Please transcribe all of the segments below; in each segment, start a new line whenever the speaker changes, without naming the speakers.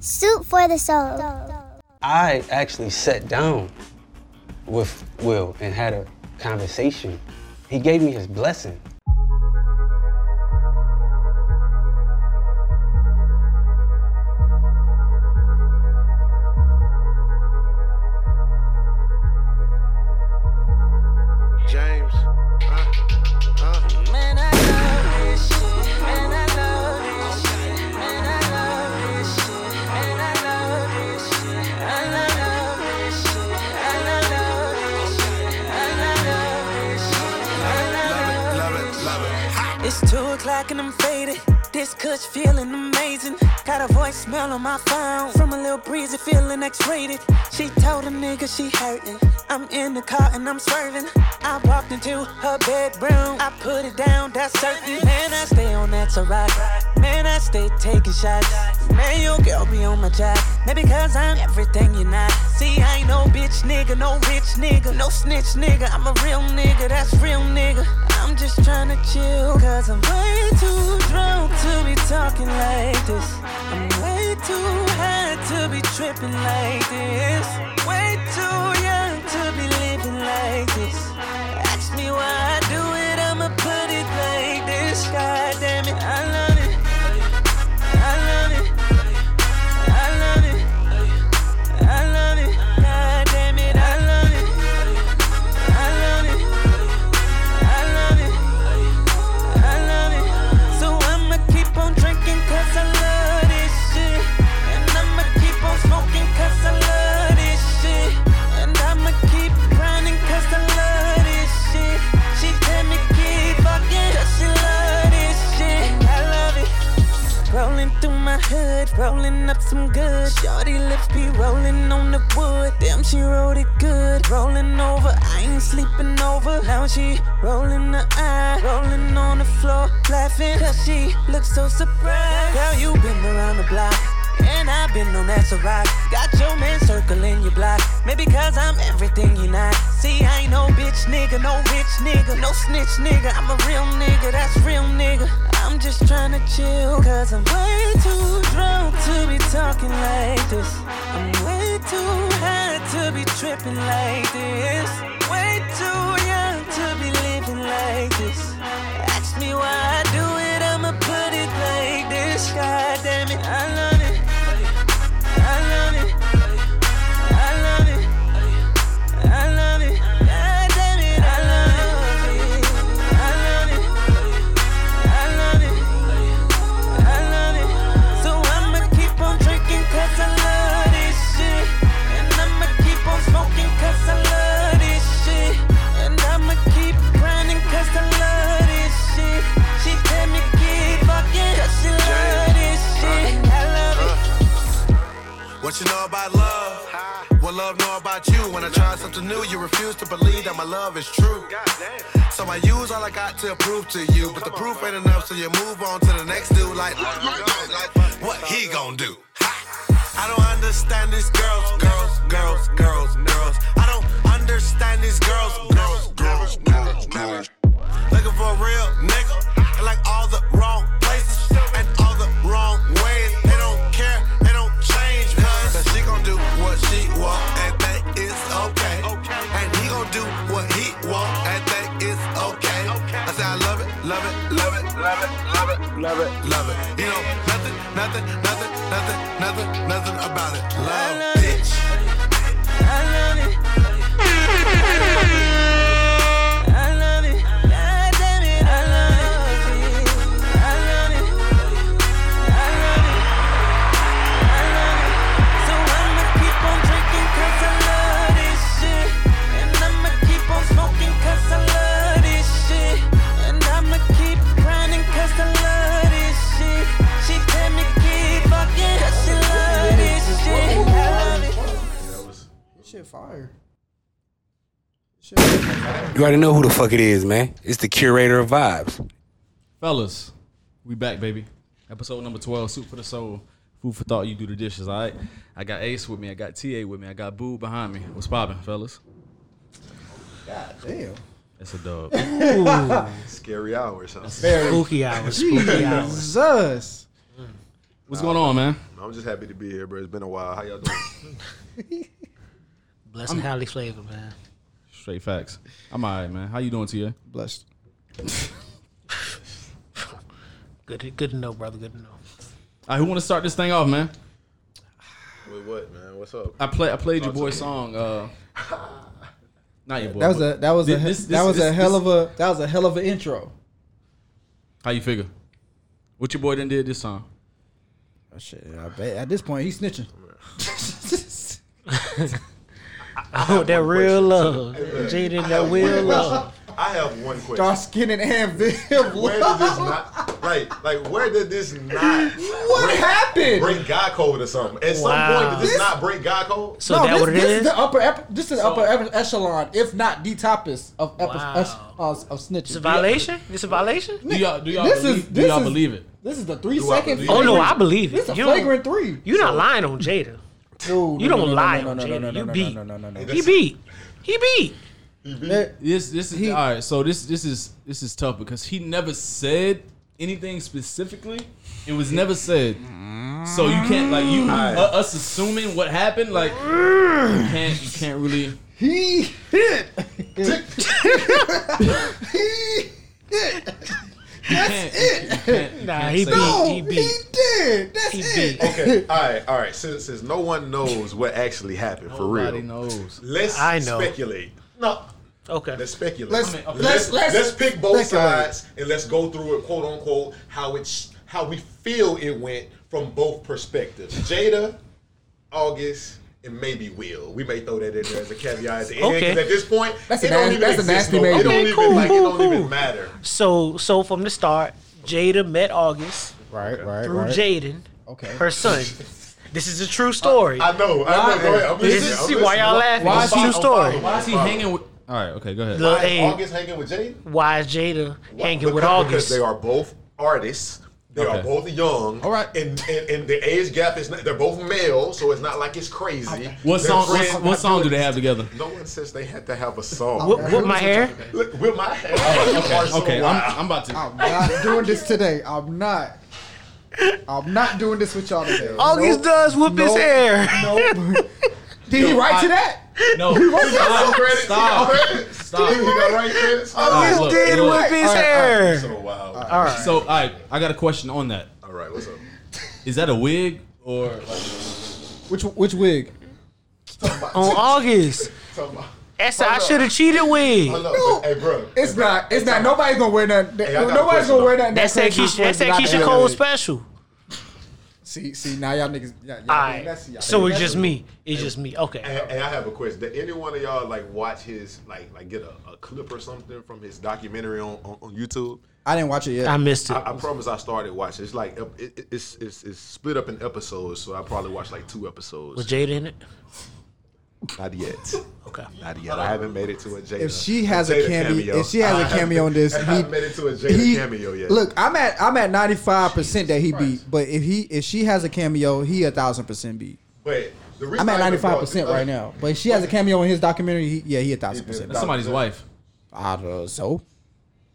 Soup for the soul.
I actually sat down with Will and had a conversation. He gave me his blessing.
James. Huh? Huh?
Man, I love this shit. Man, I love this shit. Man, I love this shit. Man, I love this shit. I love this shit. I love this shit. I love this shit. I love
Love it, love it. Ha!
this shit. It's two o'clock and I'm faded. This kush feeling amazing. Got a voicemail on my phone from a little breezy feeling X-rated. She told a nigga she hurting. I'm in the car and I'm swerving. I walked into her bedroom. I put it down, that's certain. Man, I stay on that to rock. Man, I stay taking shots. Man, your girl be on my job. Maybe cause I'm everything you're not. See, I ain't no bitch nigga, no rich nigga, no snitch nigga. I'm a real nigga, that's real nigga. I'm just tryna chill, cause I'm way too drunk to be talking like this. I'm way too high to be tripping like this. Way too young to be living like this. Ask me why I do it, I'ma put it like this. God damn it, I love it. I love it. I love it. I love it. God damn it, I love it. I love it. I love it. I love it. So I'ma keep on drinking cause I love this shit. And I'ma keep on smoking cause I love this shit. And I'ma keep grinding cause I love this shit. She tell me keep fucking cause she love this shit. I love it. Rolling through my hood, rolling up some good. Shorty lips be rolling on the wood. Damn, she rolled it good. Rolling over, I ain't sleeping over. Now she rolling the eye, rolling on the floor, laughing. Cause she looks so surprised. Girl, you been around the block. And I've been on that to rock. Got your man circling your block. Maybe cause I'm everything you not. See, I ain't no bitch nigga, no rich nigga, no snitch nigga. I'm a real nigga, that's real nigga. I'm just tryna chill, cause I'm way too drunk to be talking like this. I'm way too high to be tripping like this. Way too young to be living like this. Ask me why I do it, I'ma put it like this. God damn it, I love it. I love it. I love it. I love it. God damn it, I love it. I love it. I love it. I love it. So I'ma keep on drinking cause I love this shit. And I'ma keep on smoking cause I love this shit. And I'ma keep grinding cause I love this shit. She tell me keep fucking cause she love this shit. I love it.
What you know about love? What love know about you? When I try something new, you refuse to believe that my love is true. So I use all I got to prove to you, but the proof ain't enough, so you move on to the next dude. Like, like, like, like what he gonna do? Ha! I don't understand these girls, girls, girls, girls, girls. I don't understand these girls, girls, girls, girls, girls. Looking for a real nigga. And like all the wrong places and all the wrong ways. They don't care, they don't change. Cause she gon' do what she want and think it's okay. And he gon' do what he want and think it's okay. I say I love it, love it, love it, love it, love it, love it, love it. You know, nothing, nothing, nothing, nothing, nothing, nothing about it. Love,
love it.
bitch.
I love it. I love it. God damn it. I love it. I love it. I love it. I love it. So I'ma keep on drinking 'cause I love this shit. And I'ma keep on smoking 'cause I love this shit. And I'ma keep grinding 'cause I love this shit. She tell me keep fucking 'cause she love this shit. I love it.
Shit fire.
You already know who the fuck it is, man. It's the curator of vibes.
Fellas, we back, baby. Episode number 12, Soup for the Soul. Food for thought, you do the dishes, all right? I got Ace with me, I got TA with me, I got Boo behind me. What's poppin', fellas?
Damn.
It's a dub.
Scary hour or something.
Very
Spooky hours. Spooky hours.
Jesus.
What's going on, man?
I'm just happy to be here, bro. It's been a while. How y'all doing?
Blessing highly flavor, man.
Straight facts. I'm all right, man. How you doing, Tia?
Blessed.
Good, to- good to know, brother. Good to know.
All right, who want to start this thing off, man?
Wait, what, man? What's up?
I play I played your boy's song. Uh, not your boy.
That was
but-
a that was a
This- this-
that was
this-
a hell
this-
of a that was a hell of an intro.
How you figure? What your boy done did this song?
Oh, shit, I bet at this point he's snitching.
Oh, that real love. Jada, that real love.
I have one question.
Dark skin and hand Viv.
Where did this not like like where did this not
What happened?
break God code or something? At
Wow.
some point did this,
This-
not break God code?
So that
this,
what it
this
is?
the upper ep- this is the upper ep- echelon, if not the toppest of epi-
Wow.
es- of, of snitches.
It's a violation? It's a violation?
Do y'all do y'all,
This is-
believe, do
this
y'all
is-
believe it?
This is the three
Do I
second.
believe it?
Oh no,
flagrant-
I believe it.
This is a
You don't-
flagrant three.
You're not lying on Jada.
No, no,
You
no,
don't
no,
lie
no,
on
no, no,
Jada.
no, no,
You
no,
beat.
No, no, no, no.
He beat. He beat.
That-
This this is
He-
all right. So this this is this is tough because he never said anything specifically. It was never said. So you can't like you
Alright.
uh, us assuming what happened like you can't you can't really
He hit.
you can't, you can't, you
Nah,
can't
he
say-
beat.
No,
He
he did. That's
He
it.
beat.
Okay, alright, alright. Since since no one knows what actually happened for
Nobody
real.
knows.
Let's
I know.
speculate. No.
Okay.
Let's speculate.
Let's-
let's,
okay.
let's,
let's-
pick both
speculate.
sides and let's go through it, quote unquote, how it's how we feel it went from both perspectives. Jada, August, and maybe Will. We may throw that in there as a caveat at the end.
Okay.
'cause At this point,
That's
it
a
don't
nasty-
even
that's a
exist
nasty
no- It
major.
don't
Okay,
even
cool,
like it
cool,
don't even
cool.
matter.
So, so from the start, Jada met August
Right, right,
through Jaden,
Okay.
her son. This is a true story.
I know. I know. Go ahead. I'm
This
listening,
is-
I'm
see why y'all
listening.
laughing.
I'm
It's a
fine,
true
I'm
story.
fine,
Why is he
I'm fine.
hanging with? All right, okay, go ahead.
Look,
Why is
Hey.
August hanging with Jada?
Why is Jada
Why?
hanging
Because-
with
Because
August?
they are both artists. They
Okay.
are both young.
All right.
And, and and the age gap is not, they're both male, so it's not like it's crazy.
What
Their
song?
friends-
What, what song do they have together?
No one says they had to have a song.
Wh- Whip my hair?
Look, with my hair. Okay.
Okay, I'm, I'm about to.
I'm not doing this today. I'm not. I'm not doing this with y'all today.
August
Nope.
does whip his
Nope.
hair.
Nope. Did he write to that?
No,
Stop.
stop,
Credits.
stop,
Credits. You
stop.
got right credits. All
right,
August
look,
did
look.
whip his
All right, all
hair.
So wow. All
All
right.
right.
So, all right, I got a question on that.
What's up?
Is that a wig or? Like,
Which which wig?
on August.
Talking about.
That's I should have cheated with.
Hold up, but- Hey, bro.
It's not. It's not. Nobody's gonna wear nothing.
Hey, I got a
nobody's
question,
gonna wear
though.
nothing.
That's that
crazy.
Keisha. That's that
Not
Keisha
the
Cole
other day.
special.
See, see, now y'all niggas. Y'all, y'all
Alright.
being messy. Y'all
So
being
it's
messy.
just me. It's just me. Okay.
And, and I have a question. Did any one of y'all like watch his like like get a, a clip or something from his documentary on on, on YouTube?
I didn't watch it yet.
I missed it.
I, I promise I started watching. It's like ep- it, it, it's, it's it's split up in episodes, so I probably watched like two
Was
episodes.
Jada in it?
Not yet.
Okay.
Not yet. I haven't made it to a Jada.
if she has a
Jada
cameo, if she has a cameo in this,
I haven't made it to a Jada cameo yet.
Look, I'm at I'm at 95 percent that he beat, but if he if she has a cameo, he a thousand percent beat.
but the reason
I'm at
I even
95
brought
percent
this up-
right now, but if she has a cameo in his documentary. He, yeah, he a thousand percent.
that's somebody's wife.
I don't know. So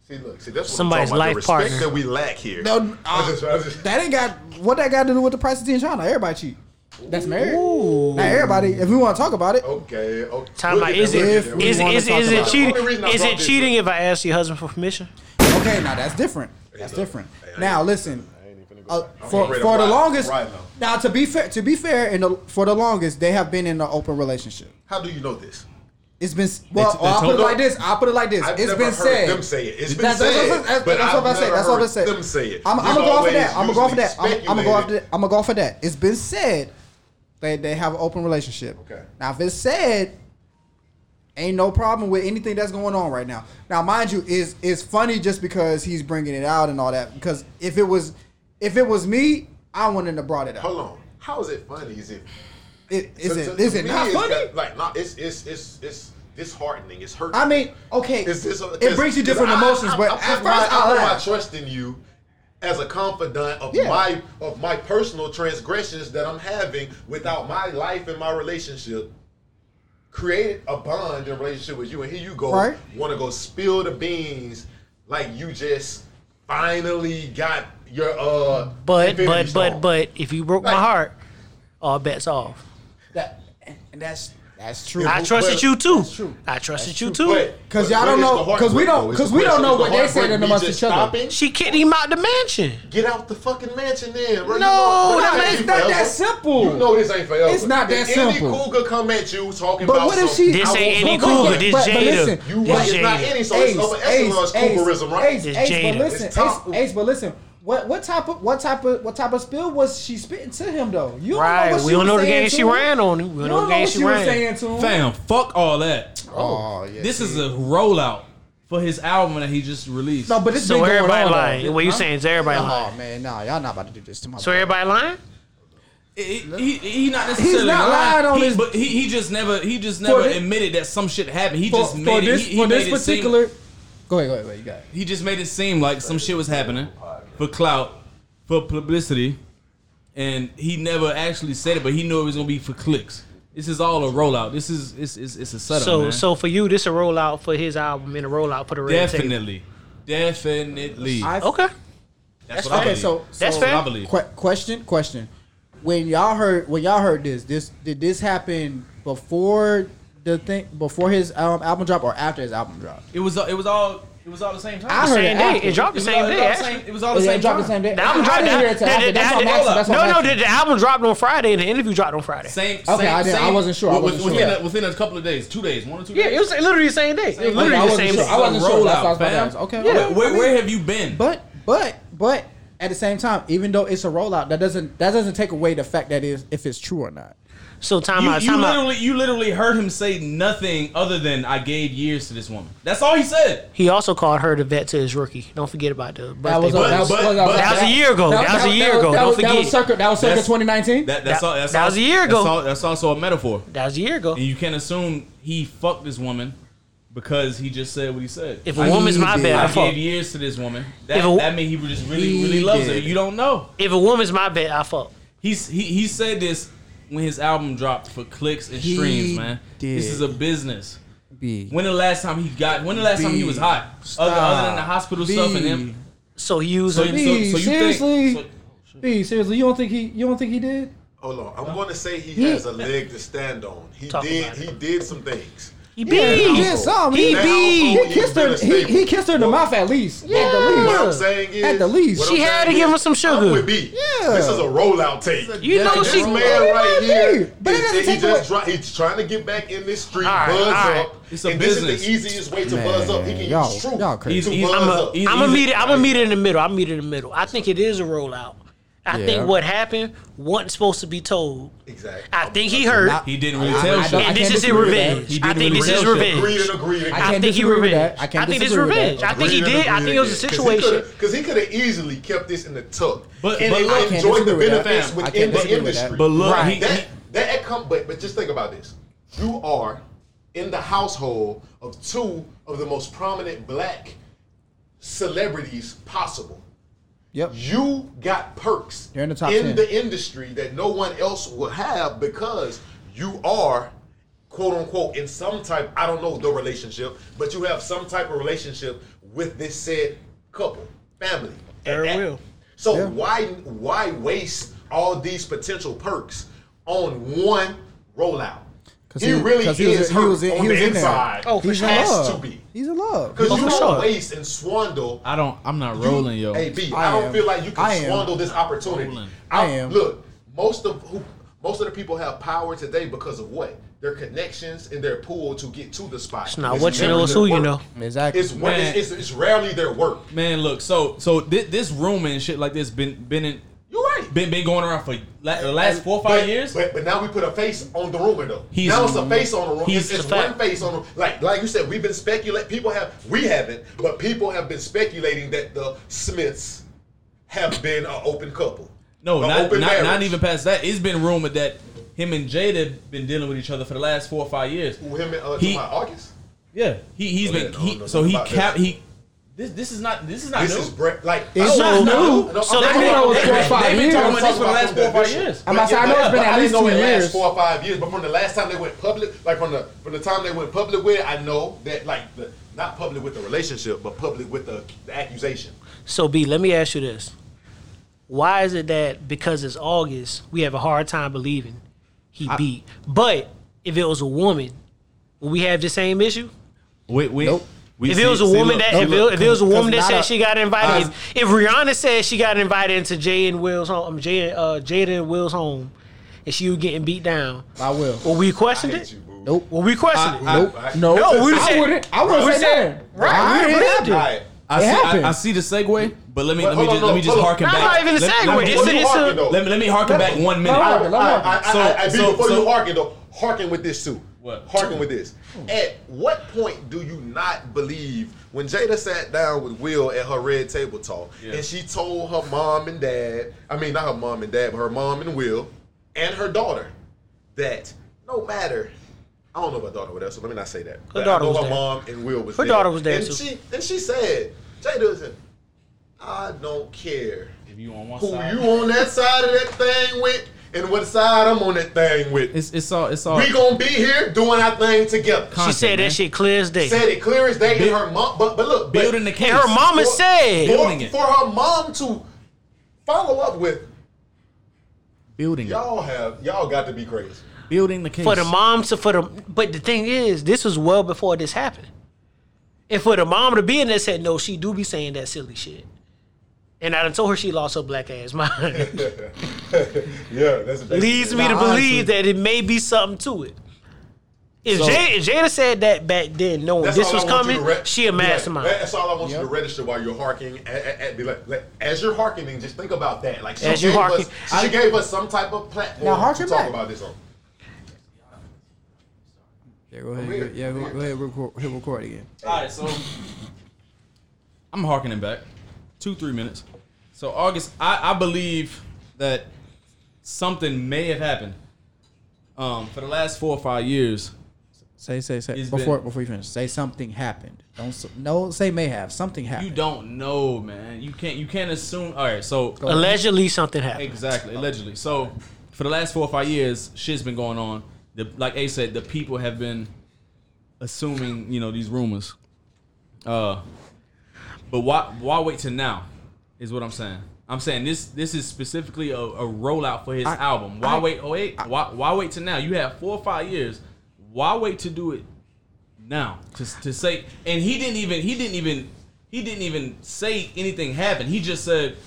See, look, see, that's what
Somebody's
I'm talking about, the
life
respect
partner.
that we lack here.
No, uh,
I was just- I was just-
that ain't got what that got to do with the price of tea in China. Everybody cheat. That's married. Now everybody, if we want to talk about it,
okay. okay.
Time out. Is
if
it
we
is
wanna
is
talk
is
about it.
it
The
cheating?
only reason I
Is
brought
it
this
cheating
up-
if I ask your husband for permission?
okay, now that's different. That's different. Now listen, uh,
I'm
for
afraid
for
I'm
the
riding-
longest.
riding on.
Now to be fair, to be fair, in the for the longest they have been in an open relationship.
How do you know this?
It's been well.
they
I'll put
told-
it like this. I'll put it like this.
I've
it's
never
been
heard
said.
Them say it. It's been
That's- that's
said.
what- that's-
but
that's what
I've
I said.
never
That's what I
heard
said.
Them say it.
I'm, I'm
It's
gonna go off of
always
that. I'm gonna go off of that. I'm,
usually
gonna go off.
speculated.
That. I'm gonna go off of that. It's been said they they have an open relationship.
Okay.
Now, if it's said, ain't no problem with anything that's going on right now. Now, mind you, is it's funny just because he's bringing it out and all that. Because if it was, if it was me, I wouldn't have brought it up.
Hold on. How is it funny? Is it?
It, is
to-
it?
to-
is
to
it
me,
not
it's
funny?
got- Like, no, it's it's it's it's disheartening. It's hurting.
I mean, okay,
It's- it's- it's-
it brings you different
I-
emotions,
I-
but
I,
at
put
first,
my,
I,
I put my
laugh.
trust in you as a confidant of
Yeah.
my of my personal transgressions that I'm having without my life and my relationship. Created a bond and relationship with you, and here you go,
Right.
want to go spill the beans like you just finally got your uh.
But
Infinity
but
Stone.
but but if you broke my
Like-
heart, all bets off.
That, and that's that's true.
I
but-
trusted
but-
you too.
true.
I trusted you too.
But-
Cause
but-
y'all
but
don't
it's
know-
the heartbreak,
cause we don't-
though. It's the
cause we don't know
heartbreak.
what they
It's the
said
heartbreak.
amongst
Me just
each other.
stopping,
She kicked him out the mansion.
Get out the fucking mansion, then. Bro. You
No,
know-
that
this
man's
ain't
not
forever.
that simple.
You know this ain't forever.
It's not that
if
simple.
Any cougar come at you talking
But
about
what if
something-
she?
This
I
ain't
will-
any
but-
cougar,
but-
this
but- but
Jada.
listen,
You
This
right, it's not
Jada.
any, so it's
Ace,
upper
Ace,
echelon's
Ace,
cougarism, right?
Ace,
It's
Ace,
Jada.
but listen,
It's top-
Ace, Ace, but listen. What what type of what type of what type of spill was she spitting to him though? You don't
Right.
know what
We
she
don't
was
know the
saying
game
to
she
him.
ran on him. We
You
don't know the game
what
she
she was
ran.
saying to him.
Fam, fuck all that.
Oh yeah.
This is a rollout for his album that he just released.
no, but this
So
been going
everybody
on, though.
lying. What you
Huh?
saying is everybody
Oh
lying.
man, nah, y'all not about to do this to my.
So
boy.
everybody lying?
he, he, he not necessarily
not lying on
He-
his-
but he, he just never he just never
thi-
admitted that some shit happened. He
for,
just
for
made
this,
it. He, he
for
made
this
it seem-
particular. go ahead, go ahead, go ahead. You got it.
he just made it seem like some shit was happening for clout, for publicity, and he never actually said it, but he knew it was gonna be for clicks. This is all a rollout. This is it's it's, it's a setup.
so
man.
so for you, this a rollout for his album and a rollout for the red tape.
definitely, definitely.
I-
Okay.
that's, what I
Okay,
believe.
so, so
That's
That's
fair.
what I believe.
Que- question, question. When y'all heard, when y'all heard this, this did this happen before the thing, before his um, album drop or after his album drop?
It was it was all it was all the same time.
I
The
heard
same
it
day.
after.
It dropped
it
the
was
same
all,
day.
It was all the
actually.
same, it was all Oh, the same
dropped
time.
the same day.
The
I-
album
I
dropped.
didn't hear it till
the-
after.
the-
That's
the-
what I'm asking. That's what
No,
I'm
no,
asking.
the the album dropped on Friday and the interview dropped on Friday.
Same.
Okay,
same,
I didn't- I
same-
wasn't sure. I wasn't
within,
sure.
A, within a couple of days, two days, one or two.
Yeah,
days.
it was literally the same day. It was
Okay, I
literally the
wasn't
same
sure.
day.
I wasn't
It's a
sure. That's what I was
rollout,
about to ask.
fam.
Okay.
Where-
Yeah.
Where, where have you been?
But but but at the same time, even though it's a rollout, that doesn't that doesn't take away the fact that is if it's true or not.
So time
you,
out.
you
Time out.
literally, you literally heard him say nothing other than "I gave years to this woman." That's all he said.
He also called her the vet to his rookie. Don't forget about the birthday.
That was
party.
that was-
but-
that was-
but- That
was a year ago. That was a year ago.
That
Don't
was, that was
forget.
circa that was circa
That's-
2019.
That, that's
That-
all. That's
that
all-
was a year
that's
ago.
all- That's also a metaphor,
That was a year ago.
and you can't assume he fucked this woman because he just said what he said.
If a woman's my
did.
vet,
I,
I
gave
fuck.
years to this woman. That,
If a-
that means he was just really,
He
really loves her.
did.
You don't know.
If a woman's my vet, I fuck.
He's he he said this when his album dropped for clicks and
He
streams, man. This
did.
is a business.
B.
When the last time he got? When the last time he was hot? Other, other than the hospital stuff and him.
So he used
So,
her.
you- so, so you
seriously?
think? So,
B, seriously, you don't think he you don't think he did?
Hold on, I'm going to say he
Yeah.
has a leg to stand on. He
Talk
did.
about it.
He did some things.
He
Yeah,
beat.
he did some. He,
Now,
beat.
oh,
he kissed
been
her.
a
He, he
staple.
kissed her in the
Well,
mouth at least. At the
Yeah.
least.
What I'm saying is,
At the least.
what
She
I'm
had
saying
to give
is,
him some sugar.
I'm with B.
Yeah.
This is a rollout tape.
You know
This
she.
man right here,
But it
is-
doesn't
he
take
just dri- he's trying to get back in this street,
All right,
buzz
all right.
up.
It's a
and this is
business.
the easiest way to
Man,
buzz up. He can
y'all-
use truth.
y'all crazy.
to
He's- he's-
buzz
I'm a-
up.
he's-
I'm gonna
Either-
meet it. I'm gonna meet it in the middle. I'm meet it in the middle. I think it is a rollout. I
Yeah.
think what happened wasn't supposed to be told.
exactly.
I think he heard,
Not-
He didn't really
I-
tell
I
shit.
don't- I
and
can't
this is his
disagree with that.
revenge.
He
I
didn't
think
really
this is
tell shit.
Agreed
revenge.
and agreed again.
I
can't
think he
disagree with that.
revenge.
I can't
I think it's
disagree with that.
revenge. I think he
Agreed and
did. I
agreed
think it was a
again. 'Cause he
situation.
could've- Cause he could have easily kept this in the tuck,
But-
and
but look- I
enjoyed
can't
the
disagree with that.
benefits
I
within
can't
the
disagree with that.
industry.
But look,
Right.
he,
that that come but but just think about this. You are in the household of two of the most prominent black celebrities possible.
Yep.
You got perks
You're in the top 10.
the industry that no one else will have because you are quote unquote in some type I don't know the relationship, but you have some type of relationship with this said couple, family.
There
And-
will.
so why why waste all these potential perks on one rollout?
'Cause
he,
he-
really is
'cause he was- he
hurt
was in-
on
he was
the
in there.
inside.
Oh, for
he
He's in
sure.
has
love.
to be.
He's in love.
Because
Oh,
you
for
don't
sure.
waste and swindle.
I don't. I'm not rolling, yo.
Hey, B,
I
I, don't
am.
feel like you
I
can
am.
swindle this opportunity.
Rolling.
I am.
Look, most of who, most of the people have power today because of what their connections and their pool to get to the spot.
It's not what you know,
never
it's
their
who you
work.
know.
Exactly.
It's, when,
Man.
it's, it's, it's rarely their work.
Man, look. So so thi- this rumor and shit like this been been in,
You're right.
been been going around for la- the last four or five
but,
years.
But, but now we put a face on the rumor though.
He's-
now it's a face on the rumor.
he's
It's, it's
the
one
fact.
face on the like like you said. We've been speculating. People have we haven't, but people have been speculating that the Smiths have been an open couple.
no,
An
not
open
not, not
marriage.
even past that. It's been rumored that him and Jada been dealing with each other for the last four or five years.
Who, him and uh,
He-
my August.
Yeah, he he's
Oh, yeah,
been
no,
he,
no,
so
no,
he
about
cap
this.
he. This this is not this is not
This
new.
is Brett. Like
It's
I
not
don't know.
new.
No,
So
I'm
they
talking
been-
about-
they-
they- they
they been
been talking
talking about this for the last
about
four or five
this.
years.
I'm about to say, I
Yeah,
know it's
but
been at
I
least
didn't know
two
it lasts
years.
four or five years, but from the last time they went public, like from the from the time they went public with, it, I know that like the Not public with the relationship, but public with the, the accusation.
So B, let me ask you this. Why is it that because it's August, we have a hard time believing he beat? But if it was a woman, would we have the same issue?
Wait, wait.
Nope.
We
if
see-
it was a
see,
woman
look,
that
look,
if,
look.
it, if it was a woman that
not
said
a-
she got invited,
Us-
if Rihanna said she got invited into Jay and Will's home, um, Jay, uh, Jada and Will's home, and she was getting beat down,
I will.
well, we
I
questioned
hate
it.
you, boo.
Nope.
Well, we questioned it.
I-
Nope.
I-
no.
No, we
I
said-
wouldn't. I wouldn't
we
say
said-
that.
right,
I
we
ain't
believed
happy.
it.
All right.
I
It
see,
happened.
I, I see the segue, but let me
But
let me
hold
just,
on,
let me just
hold on.
harken
That's
back.
not even a
Let-
segue.
Let, me-
It's
What
a-
you
it's a-
harking, though?
let me let me harken back one minute.
Let
I,
me-
I, I, I,
So-
I, I,
so-
before
so-
you harken though, harken with this too.
What?
Harken with this. At what point do you not believe when Jada sat down with Will at her red table talk
Yeah.
and she told her mom and dad, I mean not her mom and dad, but her mom and Will and her daughter that no matter I don't know about daughter or whatever, so let me not say that. But
daughter
I know
was
her
there.
mom and Will was
Her
there.
daughter was there,
And
too.
she and she said, Jada said, I don't care
If you on one
who
side-
you on that side of that thing with and what side I'm on that thing with.
It's it's all it's all.
We gonna be here doing our thing together.
She
Content,
said
man.
that shit clear as day.
Said it clear as day in
Build-
her mom, but but look, but
building the case.
and her mama said,
for,
building it.
for her mom to follow up with
building it.
y'all have y'all got to be crazy.
building the case
for the mom to for the but the thing is this was well before this happened and for the mom to be in there said no she do be saying that silly shit and i done told her she lost her black ass mind
Yeah, that's basically
leads me to
Nah, honestly.
believe that it may be something to it if, Jada, if Jada said that back then knowing
That's
this
all
was
I want you
coming
to re-
she a
be like,
mastermind
that's all I want you to
Yep.
register while you're harking. a- a- a- be like- like, As you're harkening, just think about that. Like she
As you
gave
harking.
us, she gave us some type of platform
Now
to
harken
talk
back.
about this on.
Yeah, go ahead. Go, yeah, go, go ahead. Record, hit record again.
All right, so I'm harkening back two, three minutes. So August, I, I believe that something may have happened. Um, for the last four or five years,
Say, say, say.
It's
before
been-
before you finish, say something happened. Don't s- no. Say may have something happened.
you don't know, man. You can't you can't assume. All right, so
allegedly something happened
Exactly, allegedly. So, for the last four or five years, shit's been going on. The, like A said, the people have been assuming, you know, these rumors. Uh, but why why wait till now? Is what I'm saying. I'm saying this this is specifically a, a rollout for his
I-
album. Why
I-
wait? Oh wait, why why wait till now? You have four or five years. Why wait to do it now to, to say and he didn't even he didn't even he didn't even say anything happened he just said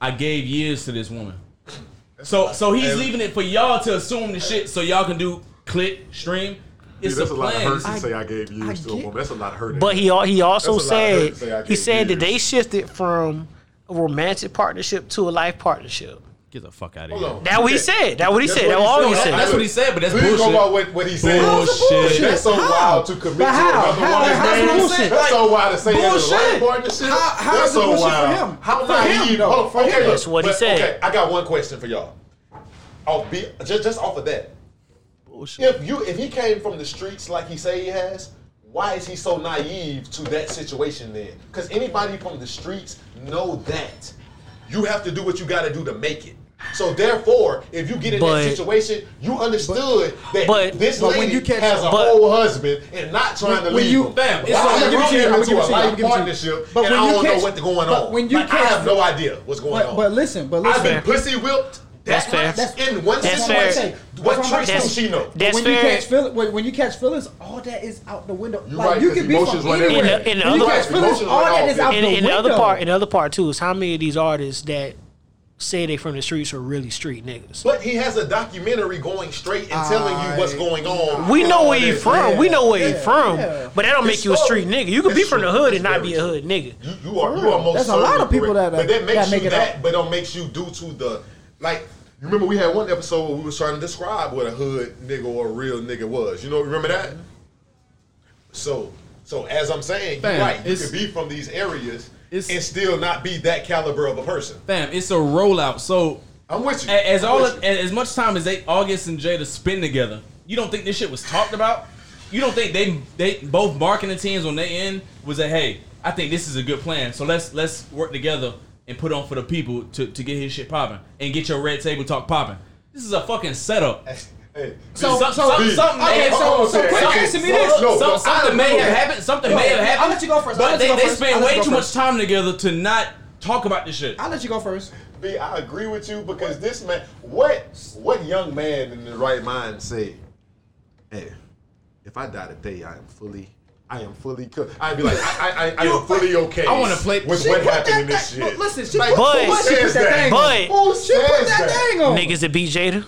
i gave years to this woman so so he's
And-
leaving it for y'all to assume the shit so y'all can do click stream it's
Dude, that's a
a
lot of
plan
hurt to say I gave years to a
get-
woman. That's a lot of hurt.
But he al- he also
That's a lot of
said
hurt to say I
he
gave
said that
years.
they shifted from a romantic partnership to a life partnership.
get the fuck out of
Hold
here
on.
That what he said. That what he
That's
said. That what all he
That's-
said.
That's what he said, but that's
we didn't
bullshit.
go about what, what he said.
Bullshit.
That's so
How?
wild to commit to
But how?
another
How?
woman's
That's
name.
bullshit.
That's so wild to say that in a
Bullshit.
life partnership.
How- how
that's
is it
so
bullshit for
wild.
him?
How
For
naive?
him, though.
Hold on,
For him.
okay, look,
That's what he
but-
said.
Okay, I got one question for y'all. I'll be just just off of that. If you if he came from the streets like he say he has, why is he so naive to that situation then? Because anybody from the streets know that you have to do what you got to do to make it. So therefore, if you get in
But-
that situation, you understood that
but-
this
but
lady
when you catch-
has a
but-
whole husband and not trying to
when
leave
you-
him.
Fam, it's
Why
all-
am I
give it to
you,
here
give it
into
to
a
you,
life
give it to you.
partnership, and
But when
I
you
don't know
catch-
what's going
but
on.
when you
Like, I
catch-
have no idea what's going
But,
on.
but listen, but
I've
listen.
been pussy whipped.
That's
That
fair.
much in one
That's
situation.
fair.
What
That's what I'm
tricks do
saying.
she know?
That's
when you
fair.
catch feelings, when, when you catch feelings, all that is out the window.
You
like
right,
you
'cause
can be
emotions
from
run
anywhere.
everywhere.
In the- in the
when you
other-
catch feelings,
Emotions
all
run
that
all
is out
and,
the
and the
window.
other part, and the other part too is how many of these artists that say they from the streets are really street niggas.
But he has a documentary going straight and telling you what's going on.
We know
All
where you
this.
from. We know where you
yeah,
from.
yeah.
But that don't make you a street
Historic.
nigga. You could be from the hood and
It's
not be a
very
hood nigga.
You, you are.
For
You
real.
are most.
There's a lot
certainly
of people
correct.
that- uh,
But that makes
that make
you
it
that,
up.
but don't makes you due to the like. You remember we had one episode where we was trying to describe what a hood nigga or a real nigga was. You know, remember
Mm-hmm.
that? So, so as I'm saying, you're
Fam,
right. You
it's-
could be from these areas and
it's-
still not be that caliber of a person.
fam it's a rollout so
I'm with you.
a- as
I'm
all
with
of,
you.
as much time as they august and jada spend together you don't think this shit was talked about you don't think they they both marketing teams on their end was that hey i think this is a good plan so let's let's work together and put on for the people to, to get his shit popping and get your red table talk popping this is a fucking setup
Hey,
So,
Some-
so,
some- some-
okay, so, so
Okay,
quick
okay.
answer me this.
No,
Some-
no,
something
I-
may have
okay.
happened. Something may have
ahead. I'll
happened.
let you go first. I'll
But
let
they,
you go
they
first. I'll
spend
let
way
you go
too
first.
much time together to not talk about this shit.
I'll let you go first.
B, I agree with you because this man, what what young man in the right mind say? Hey, if I die today, I am fully, I am fully cooked. I'd be like, I, I, I, I am fully okay.
I wanna play-
with
She
what
put that
happened in this
thing-
shit.
Listen, she
Like,
put,
But-
for what she put
says
that
that?
thing
But-
on.
Who
She put
says
that,
that?
thing on.
Niggas that beat Jada.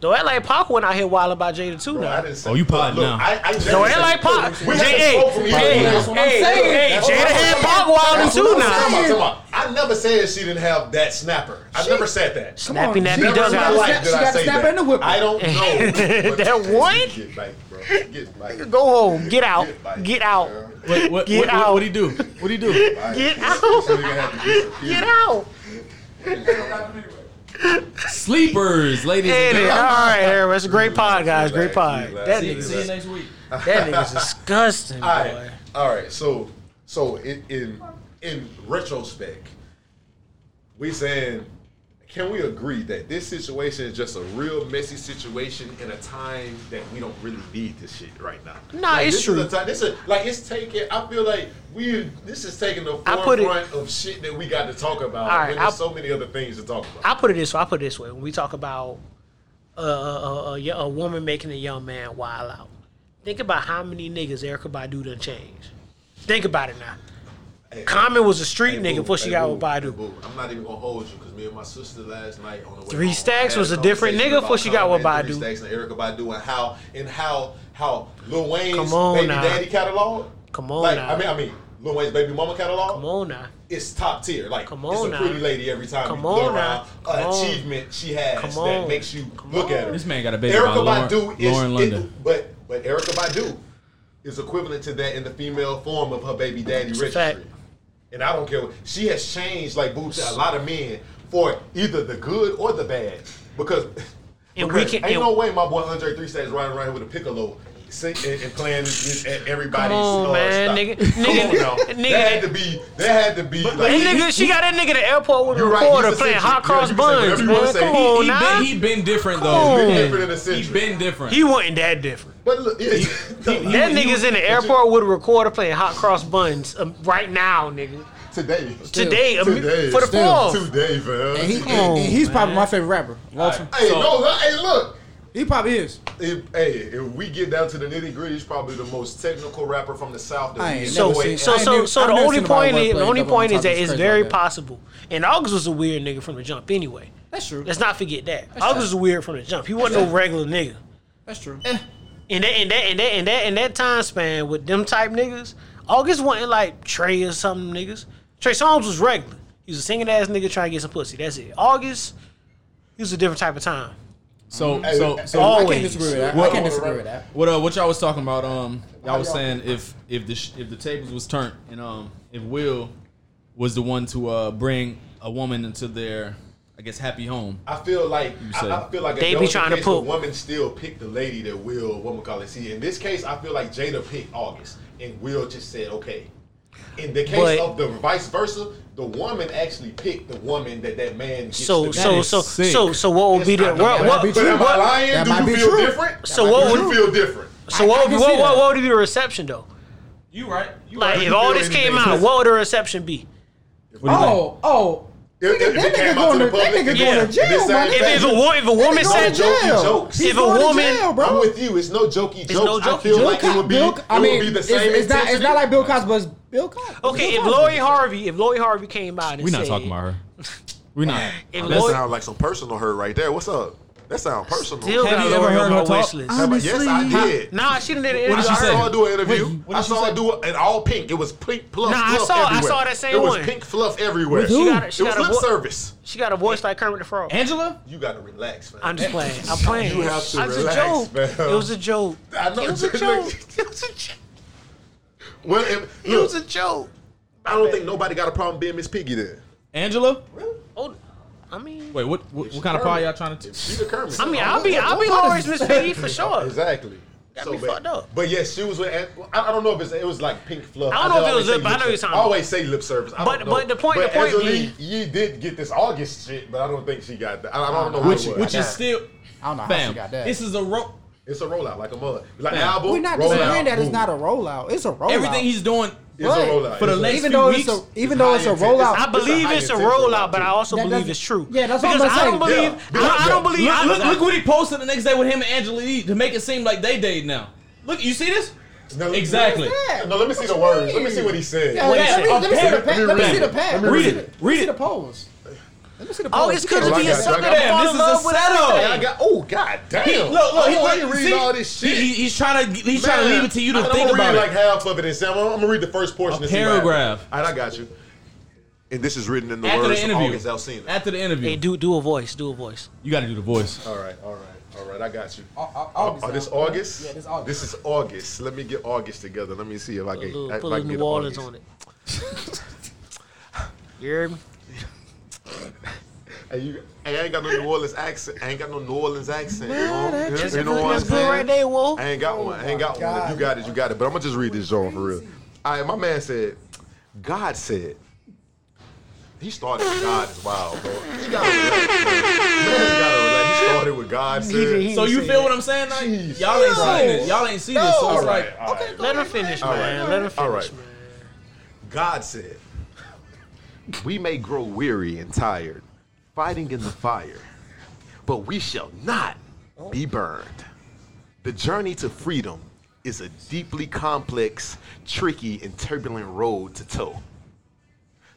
Though that like Pac went out here wild about Jada too
Bro, I
now.
didn't say-
Oh, you pod
Look,
now.
I, I
Though that like Pac.
We
Jada,
haven't
hey,
spoke from each other
hey,
yet.
That's what I'm
hey,
saying.
hey,
That's what
Jada
I'm
had
saying.
Pac wilding
That's what
too
Come
I'm
now.
on,
saying.
come on. I never said she didn't have that snapper. I never said that.
Come
Nappy,
on,
nappy
she
dugout.
Never in my life
Snap-
did
she
I
got
say
snap
that.
and the whip.
I don't know. but-
That what?
Get back, bro. Get back.
Go home. Get out.
Get back,
Get out.
girl.
What, what,
Get
what,
out.
What, what do you do? What do you do?
Get
So
out.
you're gonna have to do some-
Get out.
Sleepers, ladies and
Anyway, all
gentlemen.
right, Aaron. It's a great pod, guys. Great pod.
Relax,
That
relax.
See,
nigga's
see you next week.
that nigga's disgusting,
All
boy.
right, all right. So, so in in, in retrospect, we saying, can we agree that this situation is just a real messy situation in a time that we don't really need this shit right now?
Nah,
Like,
it's
this
true.
Is a time, this is like it's taking. I feel like we this is taking the
I put it-
forefront of shit that we got to talk about
All right,
when
I-
there's so many other things to talk about.
I put it this way. I put it this way. When we talk about uh, uh, uh, uh, a woman making a young man wild out, think about how many niggas Erica Badu done changed. Think about it now.
Hey,
Common was a street
hey,
nigga
boo,
before she
hey,
got
boo,
with Badu.
hey, boo. I'm not even gonna hold you because me and my sister last night on the way
Three
home,
Stacks
had
was a different
conversation
nigga
about
before she got with
Common and
Badu.
Three Stacks and Erica Badu and how and how how Lil
Come
Wayne's
on
baby
now.
daddy catalog.
Come on
like,
now.
I mean, I mean, Lil Wayne's baby mama catalog.
Come on now.
It's top tier. Like
Come
it's
on
a
now.
pretty lady every time
Come
you look
on now.
around.
Come
An
on.
achievement she has
Come on.
that makes you
Come
look at her.
on.
This man got a baby
Erica
by Lauren,
Badu is
Lauren London.
it- but but Erica Badu is equivalent to that in the female form of her baby daddy
It's a
registry.
fact.
And I don't care what she has changed like boo to a lot of men for either the good or the bad. Because,
And we
because
can-
ain't
and-
no way my boy Andre Three Stacks riding around here with a piccolo sing, and, and playing this, this at everybody's
on,
uh,
man,
stop.
nigga-
Come
nigga-
on now.
nigga-
That had to be that had to be like,
That nigga, she got that nigga at the airport with a
You're right,
reporter
he's
playing
eccentric.
hot cross
You're right,
buns,
he's eccentric.
man.
Everyone
Come
say
on
He
now.
been,
He,
he been different
Come
though.
on.
He
Different in a
been,
century.
he been different.
wasn't that different.
but look, yeah,
That nigga's in the airport with a recorder playing hot cross buns um, right now, nigga.
today.
Today, um,
Today,
for the
still.
fourth.
Today, fam.
And, he, and, and he's probably my favorite rapper. Long term.
Hey, no, no, hey, look.
He probably is.
If, hey, if we get down to the nitty gritty, he's probably the most technical rapper from the South. That
I
we
ain't
enjoy.
So,
Never seen-
so,
I ain't
so,
never-
so
I've
the
never
only
seen nobody
point is the
wordplay
only
double on
point
top
is that
is
it's
crazy
very
like that.
possible. And August was a weird nigga from the jump anyway.
That's true.
Let's not forget that. August was weird from the jump. He wasn't no regular nigga.
That's true.
And that and that and that and that and that time span with them type niggas, August wasn't like Trey or something niggas. Trey Songz was regular. He was a singing ass nigga trying to get some pussy. That's it. August, he was a different type of time.
So
Hey,
so
hey,
so
I
Always.
can't disagree with that. I
Well-
can't disagree with that.
What uh, what y'all was talking about? Um, y'all was saying if if the sh- if the tables was turned and um if Will was the one to uh bring a woman into their I guess happy home.
I feel like
said.
I, I feel like
They
if
be
that was the
trying to
case,
put-
the woman still picked the lady that Will woman call it. See, in this case, I feel like Jada picked August, and Will just said okay. In the case
But-
of the vice versa, the woman actually picked the woman that that man. Gets
So
to
so
is
so
sick.
so so what would be the
I know
what,
that
what,
might be
But am I
what-
lying?
That
Do
might
you
be
feel
true.
different?
So
Do
what
you
would-
feel different?
so
I- I
what,
can
what,
see
what
that.
what would be the reception though?
You right? You
Like
Right.
if all this came out, what would the reception be?
Oh, oh.
If-
Nigga,
if
that
it came
nigga
out
going
to
to
the
that
public,
nigga
yeah.
going to
If it's
jail. my
a-
If,
nigga.
if a wo- if a
That nigga going
woman said
to
jokey
jail.
jokes.
He's
If a
going to
woman-
jail, bro.
I'm with you. It's no jokey jokes.
no
I
jokey
feel
jokes.
like it would be.
Bill, Co- I
it
mean,
would be the
it's,
same.
it's not. It's
intensity.
not like Bill Cosby, but it's Bill Cosby.
okay,
Bill
if
Cosby.
Lori Harvey, if Lori Harvey came out and
We
said,
not talking about her. We not.
If
That's-
Lori,
sound like some personal hurt right there. What's up? That sound personal.
still
Have
got
you ever
Lori
heard
on
her
my
talk?
wish list.
But yes, I did.
Nah, she didn't. What
did
I
she say?
saw her do an interview.
What- what did
I
she
saw
say?
her do a, an all pink. It was pink plus
Nah, I
fluff
saw- I
everywhere.
saw that same
It was
one.
pink fluff everywhere.
She got- she
it was
got a
lip
vo-
service.
She got a voice like Kermit the Frog.
Angela?
You gotta relax, man.
I'm just playing. I'm playing.
You have to
I was
relax,
a joke.
man.
It was a joke.
I know.
It was a joke. It was a joke.
well, if,
It
look,
was a joke.
I don't think nobody got a problem being Miss Piggy then.
Angela?
Oh, I mean,
Wait, what what, what kind of pie y'all trying to?
She the Kermit.
I mean, I'll be, I'll be Lori's Miss Piggy for sure.
Mm. Exactly.
That'd
so
be
bad.
fucked up.
But yes, she was with. and I I don't know if it's, it was like pink fluff.
I don't know if it
always
was
say
lip, but I know
service.
you're talking
I always say lip service. I
But-
don't know.
but the point-
But
the point
Angela
being-
Yee did get this August shit, but I don't think she got that. I, I don't know
Which
how it was.
which is still
I don't know how she
fam.
got that.
This is a ro-
It's a rollout, like a mother. Like
Man.
album.
We're not
rollout,
disagreeing that it's
boom.
not a rollout. It's a rollout.
everything he's doing.
It's a
But
rollout.
for the
It's a-
last
even
few
though it's
weeks,
a even though
high
it's a
intent.
rollout.
I
It's a
believe
high
it's a
intent
rollout,
rollout,
but I
too.
also
That
believe
doesn't-
it's true.
Yeah, that's what I'm
because I
saying.
don't believe.
Yeah.
I, I don't
Yeah.
believe.
Look,
I,
look, look what he posted the next day with him and Angela Yee to make it seem like they date now. Look, you see this?
No, let-
Exactly.
Yeah,
No, let me see the
you
words. Let me
mean?
see what he said.
Yeah,
What
let,
is
me,
it?
let me see the
Compare-
pa- let me see the
Let
pad.
me
Let me
read
see
it.
the- let me
Read
see
it.
the polls. Let me see the polls.
Oh, it's could
Well,
just
I
be a
got-
sucker
I got-
that fall
This
in
is a
love with
setup.
And I
somebody.
got oh god damn.
He- look, look, he,
oh, I
look,
ain't reading
see?
all this shit.
He- he- he's trying to he's trying to leave it to you to
I'm
think
gonna
about
read
it.
like half of it and say, I'm, I'm gonna read the first portion.
A
and see what
paragraph.
happens. All right, I got you. And this is written in the
after
words
the
of August
interview.
Alsina.
After the interview,
Hey, do do a voice. Do a voice.
you got to do the voice.
Uh,
all right, all right, all right. I got you.
August
oh, this
now.
August?
uh, Yeah, this August.
This is August. Let me get August together. Let me see if I
Put a
can.
little,
if
put
I
a
can
little
get
New Orleans
August.
on it. You hear me?
Hey, you, hey, I ain't got no New Orleans accent. I ain't got no New Orleans accent. you know? You
That's
know
good-
what I'm
that's good right
saying?
there, Wolf.
I ain't got one. I ain't got one. If
God.
you got it, you got it. But I'm gonna just read this song for real. All right, my man said, God said. He started with God is wild, bro. He got He started with God
did-
said.
So you
Say
feel
that.
what I'm saying? Like,
Jeez.
y'all ain't seen this. Y'all ain't seen this. So
All
it's
right,
like,
all right.
Let her finish,
All
man.
right.
Let her finish,
All right.
man.
God said, We may grow weary and tired, fighting in the fire, but we shall not be burned. The journey to freedom is a deeply complex, tricky, and turbulent road to tow.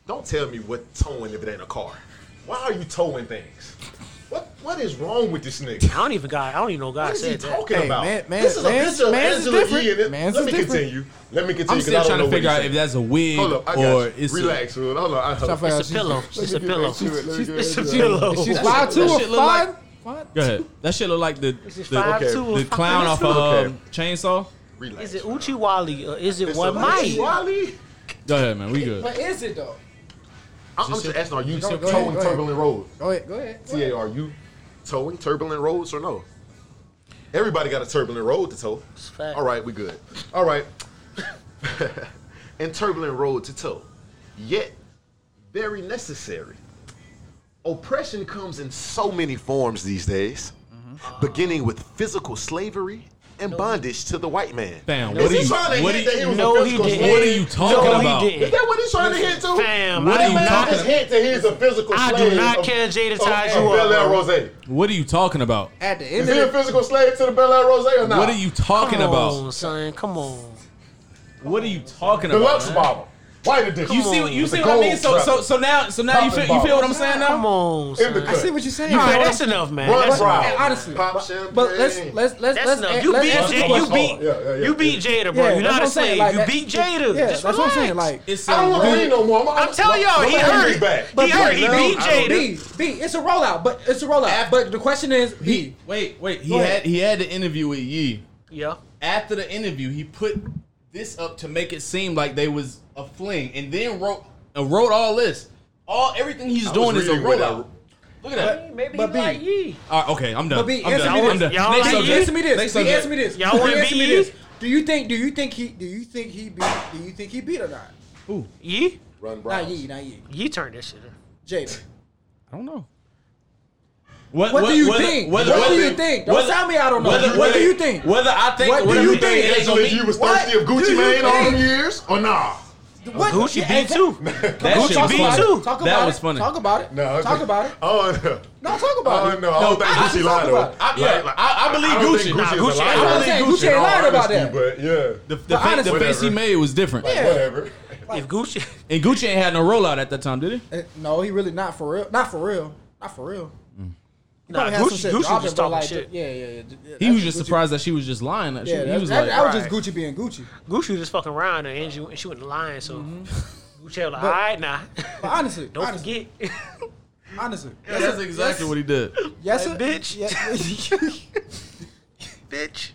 Don't tell me what towing if it ain't a car. Why are you towing things? What what is wrong with this nigga?
I don't even God. I don't even know God
What is he
said that.
talking
Hey,
about?
man- man-
this is a
man's-
picture of
man's is
Angela
different.
Yee. in it.
Man's
Let
is
me
different.
continue. Let me continue.
I'm
'cause
still
I don't
trying
know
to
what
figure
he's
out
saying.
if that's a wig
Hold up, I got
or
you.
it's
relax. Hold on, I hold on.
It's
It's a pillow. It's a pillow. It's a pillow.
She's five two
that
or
shit look like-
five. Five?
A, go ahead. That shit look like the
Is it
the,
five two or
the
five-
clown off of
Okay.
um, Chainsaw.
Relax.
Is it Uchiwali or is it
It's
what
a-
might?
Wally?
Go ahead, man. We good.
But is it though?
I'm, I'm just asking. Are you
Go ahead,
towing
go ahead, go ahead.
turbulent roads?
Go ahead. Go ahead. Go
Ta,
ahead.
are you towing turbulent roads or no? Everybody got a turbulent road to tow.
a fact.
All right, we good. All right. and turbulent road to tow, yet very necessary. Oppression comes in so many forms these days,
Mm-hmm.
beginning with physical slavery and bondage to the white man.
Fam,
Is
what
he
are you?
trying to
What
hit
are
that he
you?
was a
No, he
physical
didn't.
slave?
What are you talking
no,
about?
he didn't.
Is that what he's trying to hit to?
Fam,
What
I
are you
do
Man,
not-
I just hit that he's a physical
I do
slave.
not
of-
care, Jada,
of-
ties
of
you up,
Bel Air
bro.
Rose.
What are you talking about?
At the
Is
end
he a
of the
physical slave to the Bel Air Rose or not?
What are you talking
Come
about?
on, son. Come on.
What are you talking about?
Deluxe
man?
bottle. White edition.
You see what you
With
see
the
what I mean?
gold
So
strap.
so so now so now you feel you feel what I'm saying
Come
now?
on,
In the
son.
cut.
I see what you're saying.
All right,
but-
that's enough, man.
Run
That's
proud.
Hey, honestly,
Pop
but-
champagne.
But let's let's let's
That's
let's
enough.
a-
You
let's
beat
answer the
Jada. You
question.
beat.
Yeah, yeah, yeah.
You beat Jada, bro.
Yeah,
You're
that's
not
what
a
I'm saying,
slave.
like
you
that-
beat Jada.
Yeah,
Just
that's what I'm saying.
relax.
Like,
It's
I don't want to read
a
no more. I'm,
I'm telling y'all, he
my
hurt.
energy's back.
He hurt. He
no,
beat
I don't-
Jada.
B, B, it's a rollout, but it's a rollout. But the question is, B,
Wait, wait. He
Go ahead.
had he had the interview with Yee.
Yeah.
after the interview, he put this up to make it seem like they was a fling, and then wrote uh, wrote all this. All everything he's
was
doing is a
reading what I-
rollout. Look at that.
Maybe
But B-
like ye.
All right, okay, I'm done.
But B,
I'm
answer
done.
me this.
I'm done.
Y'all
Next
like
B,
subject.
answer me
Next
this. B,
subject.
answer me this.
Y'all
B,
wanna
answer me
beat?
this. Do you think? Do you think he? Do you think he beat? Do you think he beat or not?
Ye?
Run
Not
Browns.
ye, not ye.
Ye turned that shit in.
Jada.
I don't know. What,
What do you
whether-
think?
whether-
What do
whether-
you think? Don't
whether-
tell me I don't know.
whether-
What do you
whether-
think?
Whether I think,
What do
whether
you
we think,
think?
it ain't gonna
Angela,
be-
you was
What
thirsty of
do
Gucci
you
Mane all
think?
them years or nah?
What?
Gucci
Yeah,
beat too.
That
Talk
shit
about
was
it.
funny.
too.
Talk
That
about
was
it.
funny.
Talk about it.
No,
Talk about it.
Oh no.
No, talk about
Oh
it.
no, I don't
No,
think
I- I
Gucci lied
just talk
to
about
her.
it.
I- yeah, I- I believe
don't
Gucci.
think
Nah,
is
Gucci-
a liar.
I don't
think Gucci ain't
in all
lying about
honesty,
that.
But yeah,
The, the, fa- the
honestly-
face he
Whatever.
made was different.
Yeah.
whatever.
If Gucci,
And Gucci ain't had no rollout at that time, did he?
Eh, No, he really not for real. Not for real. Not for real. He
nah,
probably had some
Gucci,
shit
Gucci
dropping,
was
but
talking
like,
shit.
Yeah, yeah, yeah. yeah
He
that's
was just
Gucci.
surprised that she was just lying. That she,
Yeah,
he
that,
was
that,
like,
that was just
right.
Gucci being Gucci.
Gucci was just fucking around her, and she, and she went lying. So Gucci was like, all right, nah.
But honestly,
Don't
honestly,
forget,
honestly,
that's exactly what he did.
yes,
Like,
sir.
bitch.
Yeah.
bitch.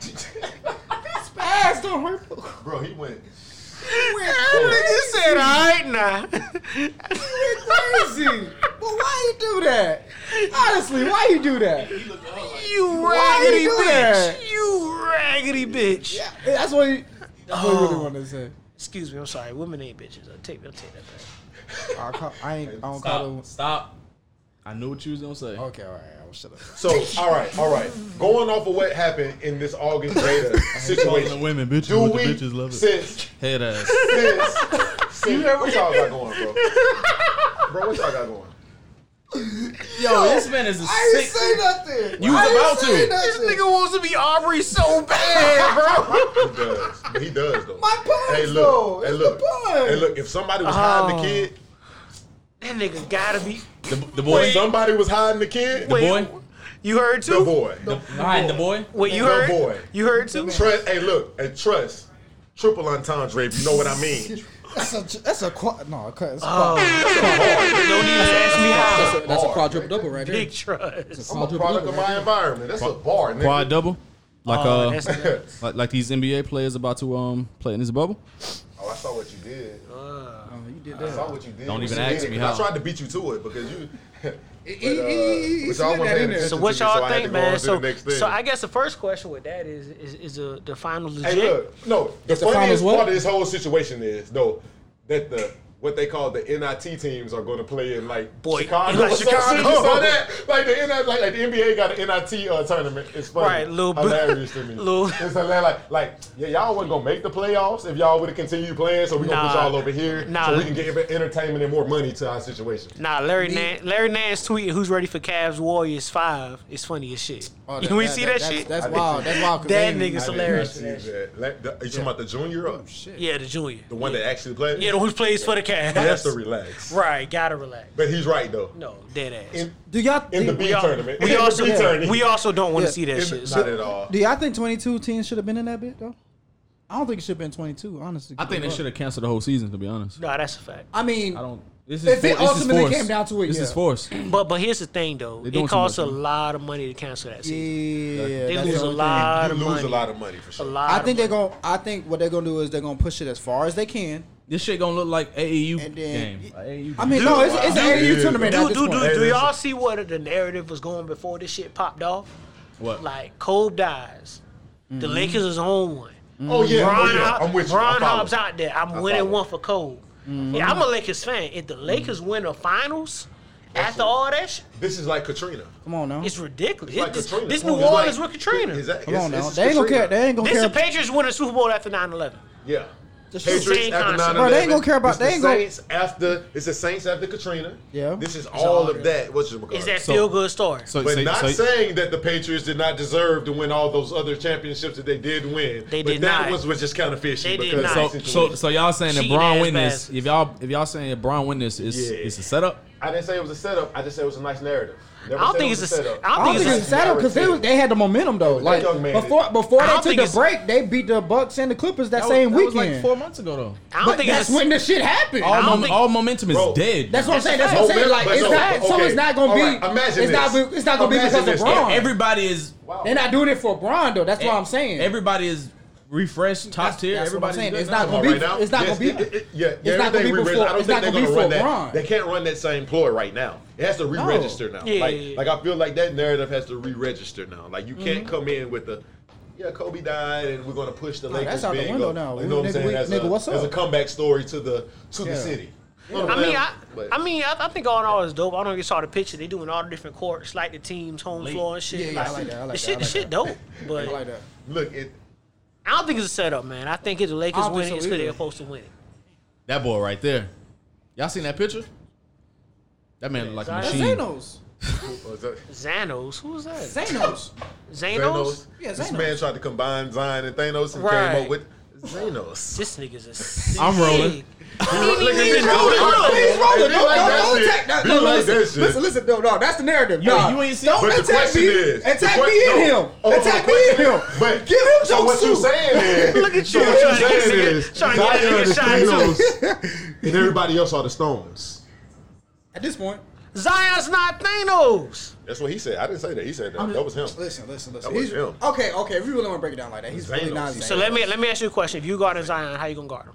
His ass don't hurt.
Bro, he went.
You
That
said, all right, nah.
crazy. But why you do that? Honestly, why you do that?
You
Why you
raggedy
do
bitch.
that?
You biggity bitch.
That's what he, that's what he
Oh.
really wanted to say.
Excuse me, I'm sorry. Women ain't bitches. I take, I take that back.
I, call, I ain't. I don't call
Stop.
it.
Stop. I knew what you was gonna say.
Okay, all right. I'll shut up.
So, all right, all right. Going off of what happened in this August data
The
situation,
women, bitches,
do
with the
we
bitches love it.
since
Head ass.
since since what y'all got going, bro? Bro, what y'all got going?
Yo, this man is a
I ain't
sick.
say nothing.
You was
I ain't
about
say
to.
nothing.
wants to be Aubrey so bad, bro.
He does. He does though.
My puns,
Hey
though.
look. Hey
It's
look.
the puns.
Hey look. If somebody was hiding
Oh.
the kid,
That nigga gotta be.
The, the
if
boy.
somebody was hiding the kid,
the boy.
You heard
the
too.
boy.
The, behind the boy.
Wait, you
The
heard?
boy.
You heard too.
Trust. Hey look. Hey trust. Triple entendre. If you know what I mean.
That's a that's a qua no. It's a,
Oh, don't even ask me
That's
how.
a
That's a
bar.
quadruple double right there.
Big trust.
I'm a product of my environment. That's a bar, nigga.
Quad double. Like
Oh,
uh,
that's-
like, like these NBA players about to um play in this bubble.
Oh, I saw what you did.
Oh. you did
I saw what you did.
Don't
You
even
did
ask
it,
me
'cause
how.
I tried to beat you to it because you. uh,
he- he- he
But
slid
y'all
that
wasn't
in
paying
there.
attention
So
So
to
what
me,
y'all
I had to
think,
go on
man?
to the
So,
next thing.
so I guess the first question with that is is is the the final legit.
Hey, look, no. The
the finals
funniest
what?
part of this whole situation is though that the what they call the NIT teams are going to play in like
Boy,
Chicago.
like
or some shit.
Chicago.
You saw that? Like the NIT, like, like the NBA got an NIT uh, tournament. It's funny,
Right, little bit-
hilarious to me.
little-
it's hilarious. Like, like yeah, y'all wasn't gonna make the playoffs if y'all would have continued playing. So we gonna
Nah.
put y'all over here
Nah.
so we can get entertainment and more money to our situation.
Nah, Larry Nance, Larry Nance tweeted who's ready for Cavs Warriors five is funny as shit.
Oh,
you ain't see that, shit?
That's wild. That's wild. 'cause
That
they-
nigga's
I did
hilarious.
not see that. Like, the- Are you talking about the junior or
Shit.
yeah, the junior.
the one that actually played?
Yeah, the one who plays for the Cavs.
he has to relax.
Right, gotta relax.
But he's right though.
No, dead ass.
In,
Do y'all
in the
think,
B
we, al-
tournament,
we
in
also
the B tournament.
we also don't want to
Yeah.
see that
In-
shit.
not at all.
do y'all think twenty two teams should have been in that bit though? I don't think it should have been twenty two. Honestly,
I think they should have canceled the whole season. To be honest,
no, that's a fact.
I mean,
I don't. This is
If it
for- this is
ultimately
forced.
came down to it,
this
yeah.
is forced.
But but here's the thing though,
doing too
it costs a
much, huh?
lot of money to cancel that season.
yeah,
They
that's
lose
the
a
only
lot
You
of
lose
money.
a lot of money for
A
sure.
lot.
thing. I
of
think they're
money.
gonna. I think what they're gonna do is they're gonna push it as far as they can.
This shit gonna look like AAU
And then-
game. Like AAU
I mean, no, it's, it's an AU
Dude,
tournament. at
Do
this
do
point.
do, do
listen.
y'all see where the narrative was going before this shit popped off?
what?
Like Kobe dies, the Lakers is on one.
Mm-hmm. Oh yeah, oh,
Ron,
yeah.
Hob-
I'm with you. I
Ron
follow.
Hobbs out there. I'm
I
winning
follow.
one for Kobe.
Mm-hmm.
Yeah, I'm a Lakers fan. If the Lakers win the finals after all that, shit,
This is like Katrina.
Come on now.
it's ridiculous.
It's like
this
Katrina.
this
It's
New
like-
Orleans with Katrina.
Is that-
Come
it's-
on
it's
now. They ain't gonna care.
Katrina.
They ain't gonna
This
care.
the Patriots winning Super Bowl after 9/11.
Yeah.
Same
Patriots after
concept.
9
Bro, they ain't gonna care about-
It's
they
the
ain't gonna-
Saints after. It's the Saints after Katrina.
Yeah.
This is all of that. What's your
Is that
So-
feel good story?
So,
But
so,
not
so,
saying that the Patriots did not deserve to win all those other championships that they did win.
They
but
did
that
not.
was was just kind of fishy
They did
because
not.
so,
of the
so,
situation.
so y'all saying that
Cheating
Braun
ass
win this?
bastards.
If y'all if y'all saying that Braun win this, is
Yeah.
it's a setup?
I didn't say it was a setup. I just said it was a nice narrative. Never
I don't
said
think
it was
it's a-
setup.
I don't
I don't think
think
it's a setup because they, was- they had the momentum though. Like
young man
before
did.
before
I
they
don't
took
think
the
it's-
break, they beat the Bucks and the Clippers that,
That was-
same
that was
weekend.
like four months ago though.
I don't
but
think
that's
it's a-
when the shit happened.
All,
don't
mom-
think-
all momentum is
Bro.
dead.
That's what I'm saying. That's what I'm saying. Like
But
it's
no,
not. So
okay.
it's not gonna be.
Alright, imagine
it's not.
this.
Be, it's not gonna
Imagine
be because
this,
of
though.
Braun.
everybody is.
They're not doing it for Braun though. That's what
Eh,
I'm saying.
Everybody is refreshed, top
That's-
tier.
that's what I'm
Everybody's
saying.
good
It's
now.
not gonna
Come
be.
on, right now?
It's not
Yes,
gonna be.
it- it- yeah, yeah,
it's not gonna
everything
be
re-reg-
before.
I don't
It's
think
not
they're
gonna be
gonna
for
run that.
Braun.
They can't run that same ploy right now. It has to re-register now.
Yeah,
like,
yeah, Mm-hmm. yeah.
like I feel like that narrative has to re-register now. Like you can't come in with the. Yeah, Kobe died, and we're gonna push the Lakers.
that's out the
big
window
up."
now.
You know what
Nigga,
I'm saying?
we-
That's
nigga,
a,
what's
that's
up?
a comeback story to the to
Yeah.
the city. You know what
I
I'm
mean,
saying?
I,
But-
I mean, I, I think all in all is dope. I don't know if you saw the picture. They doing all the different courts, like the team's home floor and shit.
Yeah, yeah, I like that, I like
the
that, I
shit, the
like
shit dope. But I,
like that.
look, it,
don't think it's a setup, man. I think if the
I
Lakers
don't
win, it,
think
it's
so
because
either.
they're supposed to win it.
That boy right there. Y'all seen that picture? That man look like a
That's
Zion.
machine.
Thanos.
was that
Zanos, who's that?
Thanos.
Zanos.
Thanos.
Yeah,
this
Thanos.
man tried to combine Zion and Thanos and
Right.
came up with Xenos.
This nigga's a. sick-
I'm rolling.
Look at this.
Please roll it.
Be
No,
like
no,
that
don't
shit.
attack- no,
Be
no,
like
listen,
that shit.
Listen, listen, no, no, that's the narrative.
Yo,
Nah.
you ain't seen-
Don't
But the
attack
question
me.
is, the
attack
que-
me in
no,
him.
hold on,
attack
the
me in
question-
him.
But
give him
so
jokes
what you
too.
saying is?
Look at
so
you,
what you
trying to get
saying
nigga-
is
trying to get
Zion
nigga
is
shot, too.
Thanos, and everybody else are the stones.
At this point,
Zion's not Thanos.
That's what he said. I didn't say that. He said that.
I'm
that was
just-
him.
Listen, listen,
That
listen.
was
He's,
him.
Okay, okay. If you really want to break it down like that, he's really
Thanos.
not.
So
Thanos.
So let me let me ask you a question. If you guarding Zion, how you gonna guard him?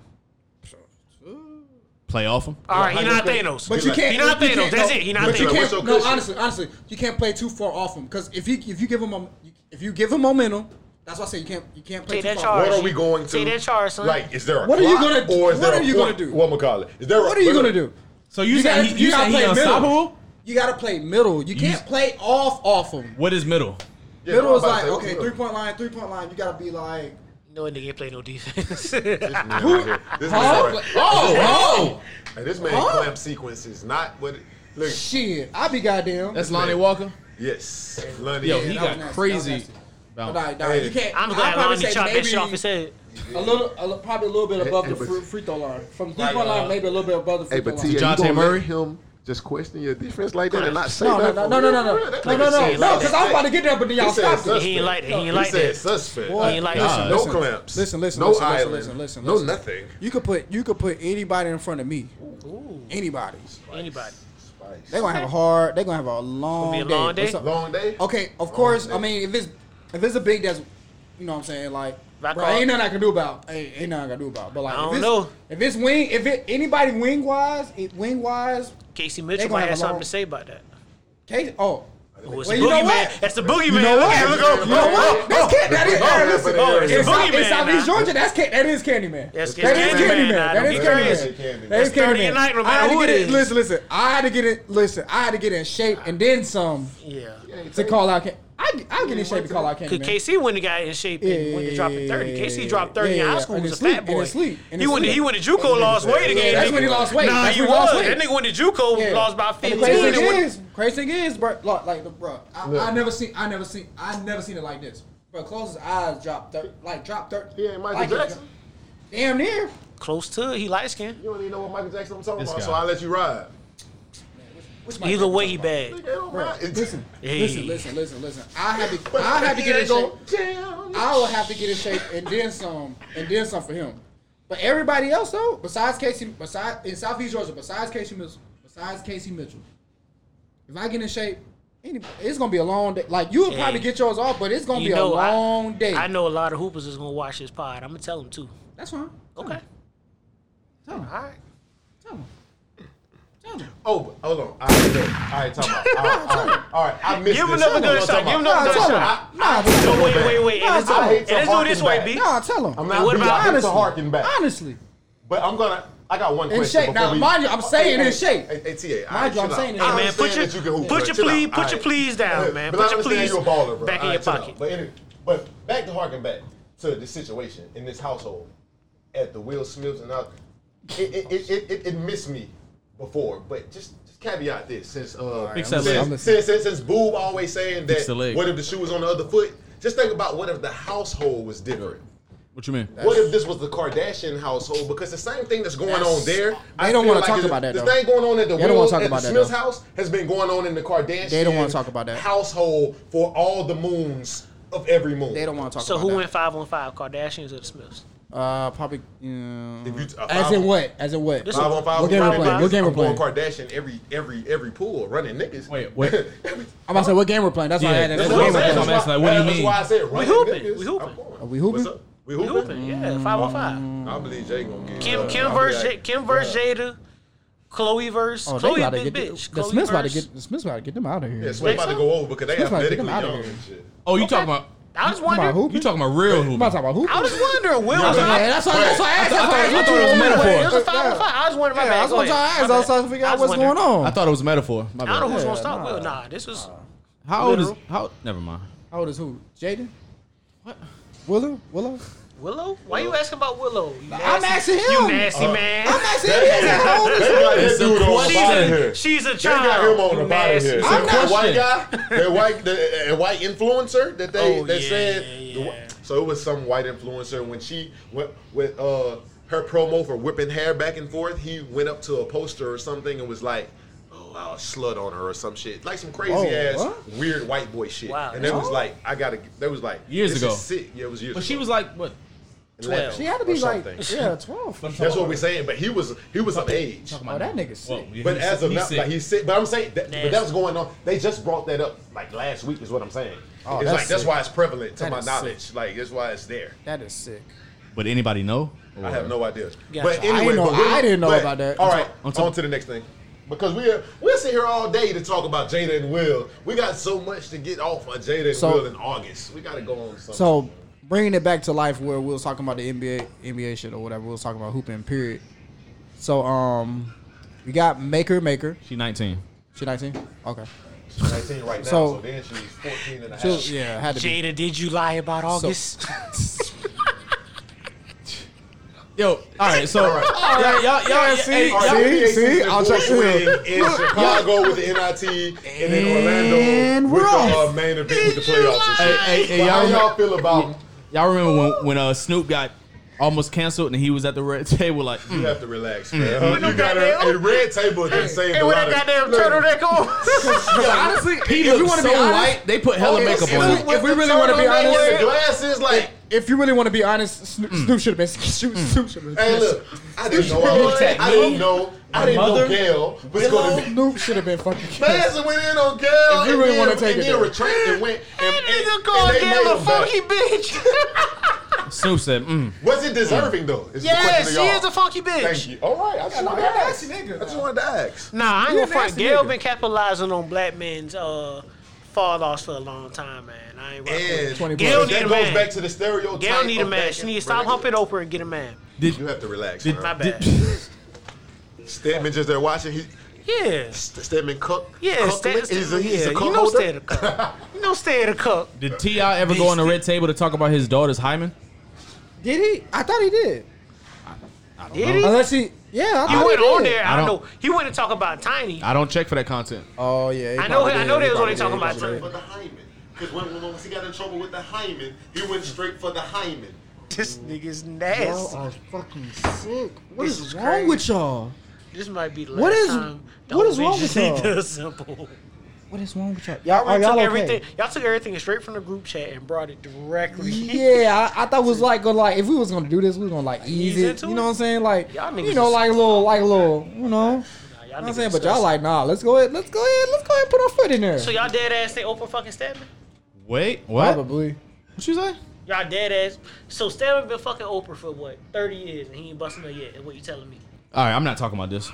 Play off him.
All right,
how
he
you
not
gonna-
Thanos.
But you
like-
can't.
He not
you
Thanos.
can't-
That's
no,
it. He not
but you
Thanos.
can't-
What's your
No,
cushion?
honestly, honestly, you can't play too far off him because if you if you give him mom- if you give him momentum, That's why I say you can't you can't play
Take
too
that
far.
charge.
What are we going to?
Take that charge, son.
Like, is there a
What are you
clock
gonna do?
Or is
What
there
are
a
you
point-
gonna do?
What McCall? Is there? a-
What are you gonna do?
So you, saying he, you, saying he unstoppable?
You gotta play middle. You can't play off off him.
What is middle?
Yeah,
middle
I'm
is
about to
like
say,
okay,
look,
three point line, three point line. You gotta be like
No nigga ain't play no defense. That's
man right here. This man, right-
oh
Hey, this man
Huh?
clamp sequence is not what. it-
oh
Look,
shit. I be goddamn.
That's Lonnie Walker.
yes, Lundy.
Yo,
Yeah,
he
that was
got
nasty. That
crazy.
was nasty.
bounce.
But nah, nah,
Hey.
you can't.
I'm
I'd
glad
probably
Lonnie
say
chopped that shit off
maybe
his head.
A little, a, li- probably a little bit above
Hey,
the
but-
free, free throw line. From three point line, maybe a little bit above the free
Hey,
throw
but
line.
T, you
Jonte
gonna
Murray?
let him just question your defense like that and not say
No, no,
that?
no, no, no, no, no, no,
That
no,
nigga
no,
said-
no, because I'm about to get there, but then y'all
He said
stopped it.
suspect.
He ain't like that. He ain't
He
like
said
that.
suspect.
Boy,
He ain't like
listen,
that.
no
listen,
clamps.
listen, listen,
No
listen, listen,
island.
listen, listen,
no
listen.
nothing.
You could put you could put anybody in front of me. Anybody.
Anybody.
They're gonna have a hard. They're gonna have a long,
Gonna be a long day?
What's up?
Long day.
Okay, of course.
day.
I mean, if it's if it's a big that's, you know, what I'm saying like,
Back
bro,
off.
ain't nothing I can do about. Ain't, ain't nothing I can do about. But like,
I
if
don't
it's,
know.
If it's wing, if it anybody wing wise, it wing wise.
Casey Mitchell
gonna
might
have
have
a
something
long-
to say about that.
Case, oh,
Oh,
Well,
it's the
you know
boogeyman.
what?
That's the boogeyman.
you know what?
Okay, look over.
You know what? That's Candy. That is
Oh,
hey,
that's
listen.
what it is.
In South-
Boogeyman
in Southeast
now.
Georgia, that's Ca- that is Candyman.
That's
That is
Candyman
Candyman. That
now. Don't
is
get
Candyman.
crazy.
That is
It's
Thursday
Candyman.
night, no
I had
matter
to
who
get
it
in-
is.
Listen, listen. I had to get it. Listen, I had to get in shape and then some
Yeah.
to call out. Can- I I get in shape to call out
Cause
Candyman.
KC wouldn't have got in shape and wouldn't have dropped in 30. KC dropped 30
Yeah,
in
yeah,
high
yeah.
school.
And
was a
his sleep,
fat
and
boy.
his sleep, and
he,
his
went to,
sleep.
he went to JUCO, lost weight again.
That's
nigga.
when he lost weight.
Nah,
That's
he
when he lost
was.
weight.
That nigga went to JUCO,
Yeah.
lost by
And
15.
the crazy
and
thing
went-
is, crazy thing is, bro, like, like the bro, I, I never seen, I never seen, I never seen it like this. Bro, close his eyes, drop, thir- like, drop thirty.
Yeah, Michael
like,
Jackson.
Damn near.
Close to it. He light skinned.
You don't even know what Michael Jackson I'm talking
This
about,
guy.
so I'll let you ride.
Which might
Either
be-
way, he bad.
Nigga, it don't
Bro,
matter.
listen,
Hey.
listen, listen, listen, listen. I had to, I had to get in go. I would have to get in shape and then some, and then some for him. But everybody else though, besides Casey, besides in Southeast Georgia, besides Casey Mitchell, besides Casey Mitchell, if I get in shape, any- it's gonna be a long day. Like you'll probably
Hey.
get yours off, but it's gonna
You
be a
know, I-
long day.
I know a lot of hoopers is gonna watch this pod. I'm gonna tell them too.
That's fine.
Okay.
Tell him.
All right.
Tell him. Tell him.
Oh, but hold on. All right, look. all right, talk about. All right, all right, all right. I missed
Give him
this.
another
Hold on,
good
talk
shot.
about-
Give him another
Nah,
good
tell
shot.
him. Nah, tell
No,
him.
wait, wait, wait.
Nah,
And let's
I
do
hate
it
to
and let's do it
harken
this way,
back.
B.
Nah, tell him.
I'm
And
not.
what
being-
about-
I hate to
honestly,
harken back.
honestly,
But I'm gonna. I got one
In
question.
shape.
before
Now,
we-
mind you, I'm saying
hey,
in shape.
Hey, hey, TA, all
Mind you, I'm
chill
saying
out.
in
I
shape.
Hey man, put
understand
your
that you can hoop,
put
but
your
chill
please
out.
put
All
your
right.
please down, man.
But
Put
I
your
understand
please
you a baller, bro.
back
All
in
right,
your
chill out.
pocket.
But, any, but back to harken back to the situation in this household at the Will Smiths and all. It it, it, it, it it missed me before, but just just caveat this since uh
Fix that
since,
leg.
I'm
since, since since Boob always saying
Fix
that
the leg.
what if the shoe was on the other foot? Just think about what if the household was different.
What you mean?
What if this was the Kardashian household? Because the same thing that's going on there, I
don't
feel
wanna talk
it's-
about that,
The
though.
thing going on at the
They don't wanna
Will,
talk
at
about
the
that,
Smith's
though.
house has been going on in the Kardashian.
They don't wanna talk about that.
household for all the moons of every moon.
they don't want to talk
So
about
who
that.
went five on five? Kardashians or the Smiths?
Uh, probably. mm,
If you- uh,
as in what? As in what?
This
Five on five.
What game
I'm
we're playing? What game we're
I'm going
playing?
Kardashian every every every pool running niggas.
Wait, wait.
I'm about to say what game we're playing. That's why I
Yeah,
had that.
that's
What
what
game
I'm
we're
saying.
playing?
That's
That's
why-
like, what do you
that's
mean?
why I said running
hooping.
niggas.
We hooping.
I'm going.
Are we hooping?
What's up? We hooping.
Hooping, yeah,
Mm.
five on five.
I believe Jay gonna get
Kim
uh,
Kim
I'll be
verse
like,
Kim verse Jada, Chloe verse
Oh,
Chloe
they
a
about to
big
get
bitch.
the, the
Chloe
Smiths about to
verse-
get the Smiths about to get them out of here.
Yeah, Sway about to go over because they
Smith's about to get
athletically
him
young
outta here.
and shit.
Oh, you talking about
I was
Come on,
wondering.
hoop.
you talking about real
I'm about to talk
hoopers?
about hoop.
I was wondering. Will was
Yeah, that's why. That's why I asked. That's why I
I
asked.
thought it was
you.
metaphor.
It was a five on five. I was wondering. My
Yeah,
bad.
that's
Go
what I
ahead.
asked.
My
I was
bad.
trying to figure
I
out
was
what's going
wondering.
on.
I thought it was a metaphor. My
I don't know
bad.
who's gonna
Yeah,
stop.
nah.
Will, nah, this was.
How old is
Literal.
how? Never mind.
How old is who? Jaden. What? Willow? Willow?
Willow? Why you asking about Willow? You
I'm
nasty-
asking him.
You nasty man.
I'm not saying he's at home.
They got this dude on the
question.
bottom here.
She's a
They got
child.
him on the
you
bottom
nasty.
here.
I'm
That
not-
white guy, that white, the, a white influencer that they
Oh,
that
yeah,
said.
yeah,
the whi-
yeah.
So it was some white influencer when she went with uh, her promo for whipping hair back and forth. He went up to a poster or something and was like. "Oh, I'll slut on her or some shit, like some crazy
Oh,
ass
what?
weird white boy shit.
Wow.
and they was
Oh.
like, I gotta. They was like
Years
this
ago.
Is sick. Yeah, it was years.
But she
ago.
was like, what?
Twelve.
She had to be
Or
like,
something.
yeah, 12.
That's what we're saying. But he was he was of age.
Oh, that nigga's sick.
But as of now, like he's sick. But I'm saying, that, but
Nasty.
that was going on. They just brought that up like last week, is what I'm saying.
Oh,
it's
that's
like that's
sick.
why it's prevalent to
That
my
is sick.
knowledge. Like that's why it's there.
That is sick.
But anybody know?
I have no idea.
Gotcha.
But
I
anyway,
didn't know-
but we're-
I didn't know
but-
about that.
All
I'm
right,
I'm talk-
on to the next thing. Because we're we'll sit here all day to talk about Jada and Will. We got so much to get off of Jada and
So-
Will in August. We gotta go on something.
So, bringing it back to life where we was talking about the NBA NBA shit or whatever. We was talking about hooping. Period. So um, we got Maker Maker.
She 19.
She nineteen. Okay.
She's 19 right now, so,
So-
then she's 14 and a half.
She, yeah, had to be.
Jada, did you lie about August?
Yo, all right, so y'all, y'all, y'all, hey, y'all,
See, see, I'll check
Bulls
it
win in Chicago with the NIT and in Orlando with the uh, main event with the playoffs. And shit.
Hey, hey, hey,
But how
y'all-
y'all feel about?
y'all remember when when uh, Snoop got almost canceled and he was at the red table like,
You
mm,
have to relax, man.
With
You
them
got a,
goddamn-
a red table that saved
and
a
with
lot
that
of.
goddamn turtleneck on.
Honestly,
he
if you
looked
wanna
so
be honest-
light. They put hella
Oh, yes,
makeup
it
on
looked
him.
If we really wanna be honest-
with the glasses, like,
if you really want to be honest, Snoop,
Mm.
Snoop should have been. Snoop, Snoop should have been.
hey, look, I didn't know. I, was, I didn't know. I didn't know
mother,
Gail was going to be.
Snoop should have been fucking. killed.
Madison went in on Gail.
If you really
and
wanna
then-
take
and
it
then
there.
retracted went and, and,
That nigga
and
called
they made
Gail a
him back.
funky bitch.
Snoop said, mm,
Was it deserving though? It's the
yeah,
question
she
to y'all.
is a funky
Thank
bitch.
you. All right, I just wanted to ask. I just wanted to ask.
Nah, I ain't
You
gonna
a
front.
nasty
Gail
nigga.
been capitalizing on black men's uh fall offs for a long time, man. I ain't rocking with it.
And
20
but
Gail
that
need a
goes
man.
back to the stereotype.
Gail need a
of
man.
black
She
and
need to stop
brown.
humping over and get a man.
You have to relax.
Did-
My
man.
bad.
Stedman just there watching. He,
yeah.
Stedman cook.
Yeah,
cook
stay,
lick? he's a, he's
yeah,
a cook
you know
holder?
stay at a cup. You know stay at a cup.
did Ti ever go on the red table to talk about his daughter's hymen?
Did he? I thought he did.
Did he?
Unless he, yeah, I
He
thought
went
he
on
did.
there. I,
I don't-
know. He went to talk about Tiny.
I don't check for that content.
Oh yeah, he
I know.
probably
I
did.
know
He
they was
probably
only talking
did.
about
Straight for the
Tiny.
hymen. Because when, when, once he got in trouble with the hymen, he went straight for the hymen.
This nigga's
Y'all
nasty.
are fucking sick. What
This
is
is
wrong
crazy.
with y'all?
This might be the last
What is-
time. the
what is wrong
OVGC
with y'all?
does Simple.
What is wrong with y'all?
Y'all,
Y'all are
took
y'all okay?
everything. Y'all took everything straight from the group chat and brought it directly.
Yeah, I, I thought it was like gonna like if we was gonna do this, we was gonna like ease
Ease
it.
into
You
it?
know what I'm saying? Like
Y'all niggas
you know,
is-
like a little, like a little, you know. You know
Nah,
what I'm
niggas
saying, but
disgusting.
y'all like nah. Let's go ahead. Let's go ahead. Let's go ahead. and Put our foot in there.
So y'all dead ass think Oprah fucking Stedman?
Wait, what?
Probably.
What you say?
Y'all dead ass. So Stedman been fucking Oprah for what thirty years and he ain't busting her yet. Is what you telling me?
All right, I'm not talking about this.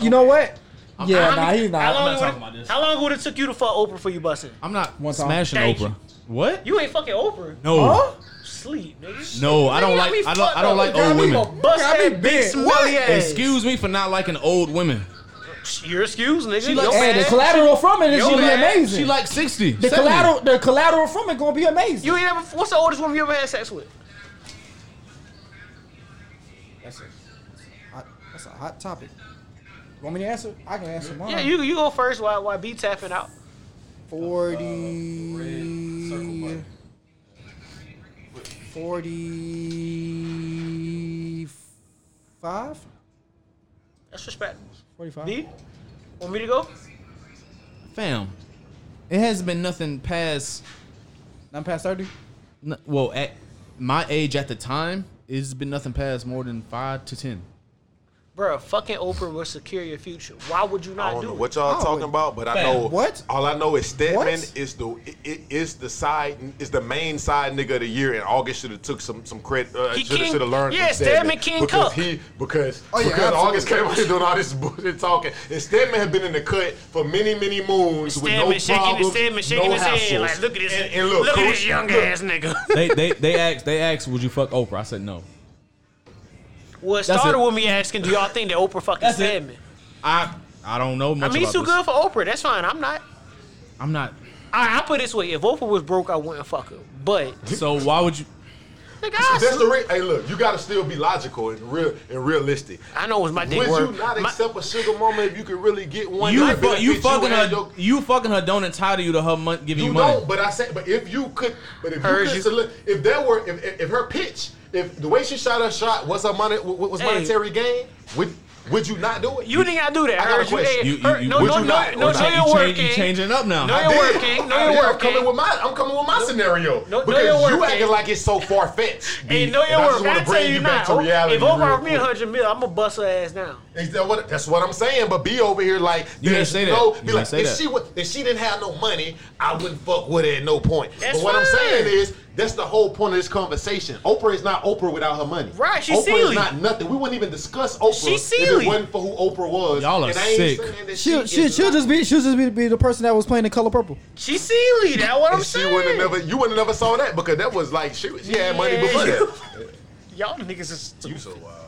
You know what? Yeah,
How
nah,
many-
he's
How
not.
long,
not
would
talking about
it,
this.
how long would it took you to fuck Oprah for you busting?
I'm not
One time.
smashing
Thank
Oprah.
you.
What?
You ain't fucking Oprah.
No,
Huh?
Sleep, nigga.
no, I
Nigga,
don't
let
like.
me
I don't. I don't
fuck
like
up.
old women.
Bust
I
that
be
big
bent.
smelly
What?
ass.
Excuse me for not liking old women.
You're excused, nigga. She
like-
And the
man,
collateral from it is
yo,
gonna be
man,
amazing.
She like 60.
the
70.
collateral. The collateral from it gonna be amazing.
You ain't ever. What's the oldest woman you ever had sex with?
Hot- That's a hot topic. Want me to answer? I can answer mine.
Yeah, you you go first. Why why B tapping out?
40. 45?
That's respectable.
45.
B, want me to go?
Fam, it hasn't been nothing past.
I'm past 30.
n- Well, at my age at the time, it's been nothing past more than five to ten.
Bruh, fucking Oprah will secure your future. Why would you
I
not
don't know
do
what
it?
y'all
Oh,
talking about, but I
fam,
know
what?
All I know is Stedman
What?
is the i- i- is the side is the main side nigga of the year, and August should have took some some credit. Uh,
He
should have
King-
should have learned.
yeah,
from
Stedman King
because
Cook.
he because
Oh, yeah,
because August came
absolutely.
out here doing all this bullshit talking, and Stedman had been in the cut for many many moons
Stedman
with no
shaking, his-
problems,
Stedman shaking
no
his head
hassles.
like, look at this,
And, and look,
look at
Coach,
this young
look,
ass nigga.
They they they asked they asked would you fuck Oprah? I said no.
Well, it started
it.
with me asking, do y'all think that Oprah fucking
That's it.
Stedman?
I I don't know
I
much.
mean, he's
about
too
this.
good for Oprah. That's fine. I'm not.
I'm not.
I, I put it this way: if Oprah was broke, I wouldn't fuck her. But
So why would you?
nigga, I,
That's the re- hey, look, you gotta still be logical and real and realistic.
I know it's my dick
Would you
work.
not
My-
accept a sugar mama if you could really get one?
You
that
fu- you
benefit
fucking
and
her
your-
you fucking her don't entitle you to her mon- giving you,
You
money.
don't, but I said, but if you could, but if
Hers,
you
you-
could, soli- if that were, if, if, if her pitch, if the way she shot her shot was her money, was
Hey.
monetary gain, would would you not do it?
you didn't gotta do that.
I got a
Hers, you-
question.
hey,
You- you-
her-
you-
No,
would
no,
you
no,
not-
no,
would
no,
you-
you're
you change-
working.
you changing it up now.
No,
I
you're
Then-
working. No,
I
you're
did. I'm
working.
coming with my, I'm coming with my scenario.
no,
because
you're
you
working.
acting like it's so far fetched.
Hey, no, your
I
work.
just want
I
to
tell
bring
you
you back
not.
to reality.
if Oprah
real
offered me a
quick.
hundred mil, I'm gonna bust her ass down.
Is that what- that's what I'm saying. But be over here like
You didn't
there's
say that.
no.
You
Be
didn't
like
say
if
that.
she was, if she didn't have no money, I wouldn't fuck with her at no point.
That's
but what I'm
fine.
saying is That's the whole point of this conversation. Oprah is not Oprah without her money.
Right, she's
Oprah
Sealy.
is not nothing. We wouldn't even discuss Oprah
She's
if
Sealy.
it wasn't for who Oprah was.
Y'all are
and I ain't
sick.
saying that
She'll,
she
she,
is
she'll
not-
just be she'll just be, be the person that was playing the color purple.
She Sealy. That's what I'm
And she
saying.
wouldn't have never. You wouldn't have never saw that because that was like she, she had money
Yeah.
before that.
Y'all niggas is
You so uh, wild.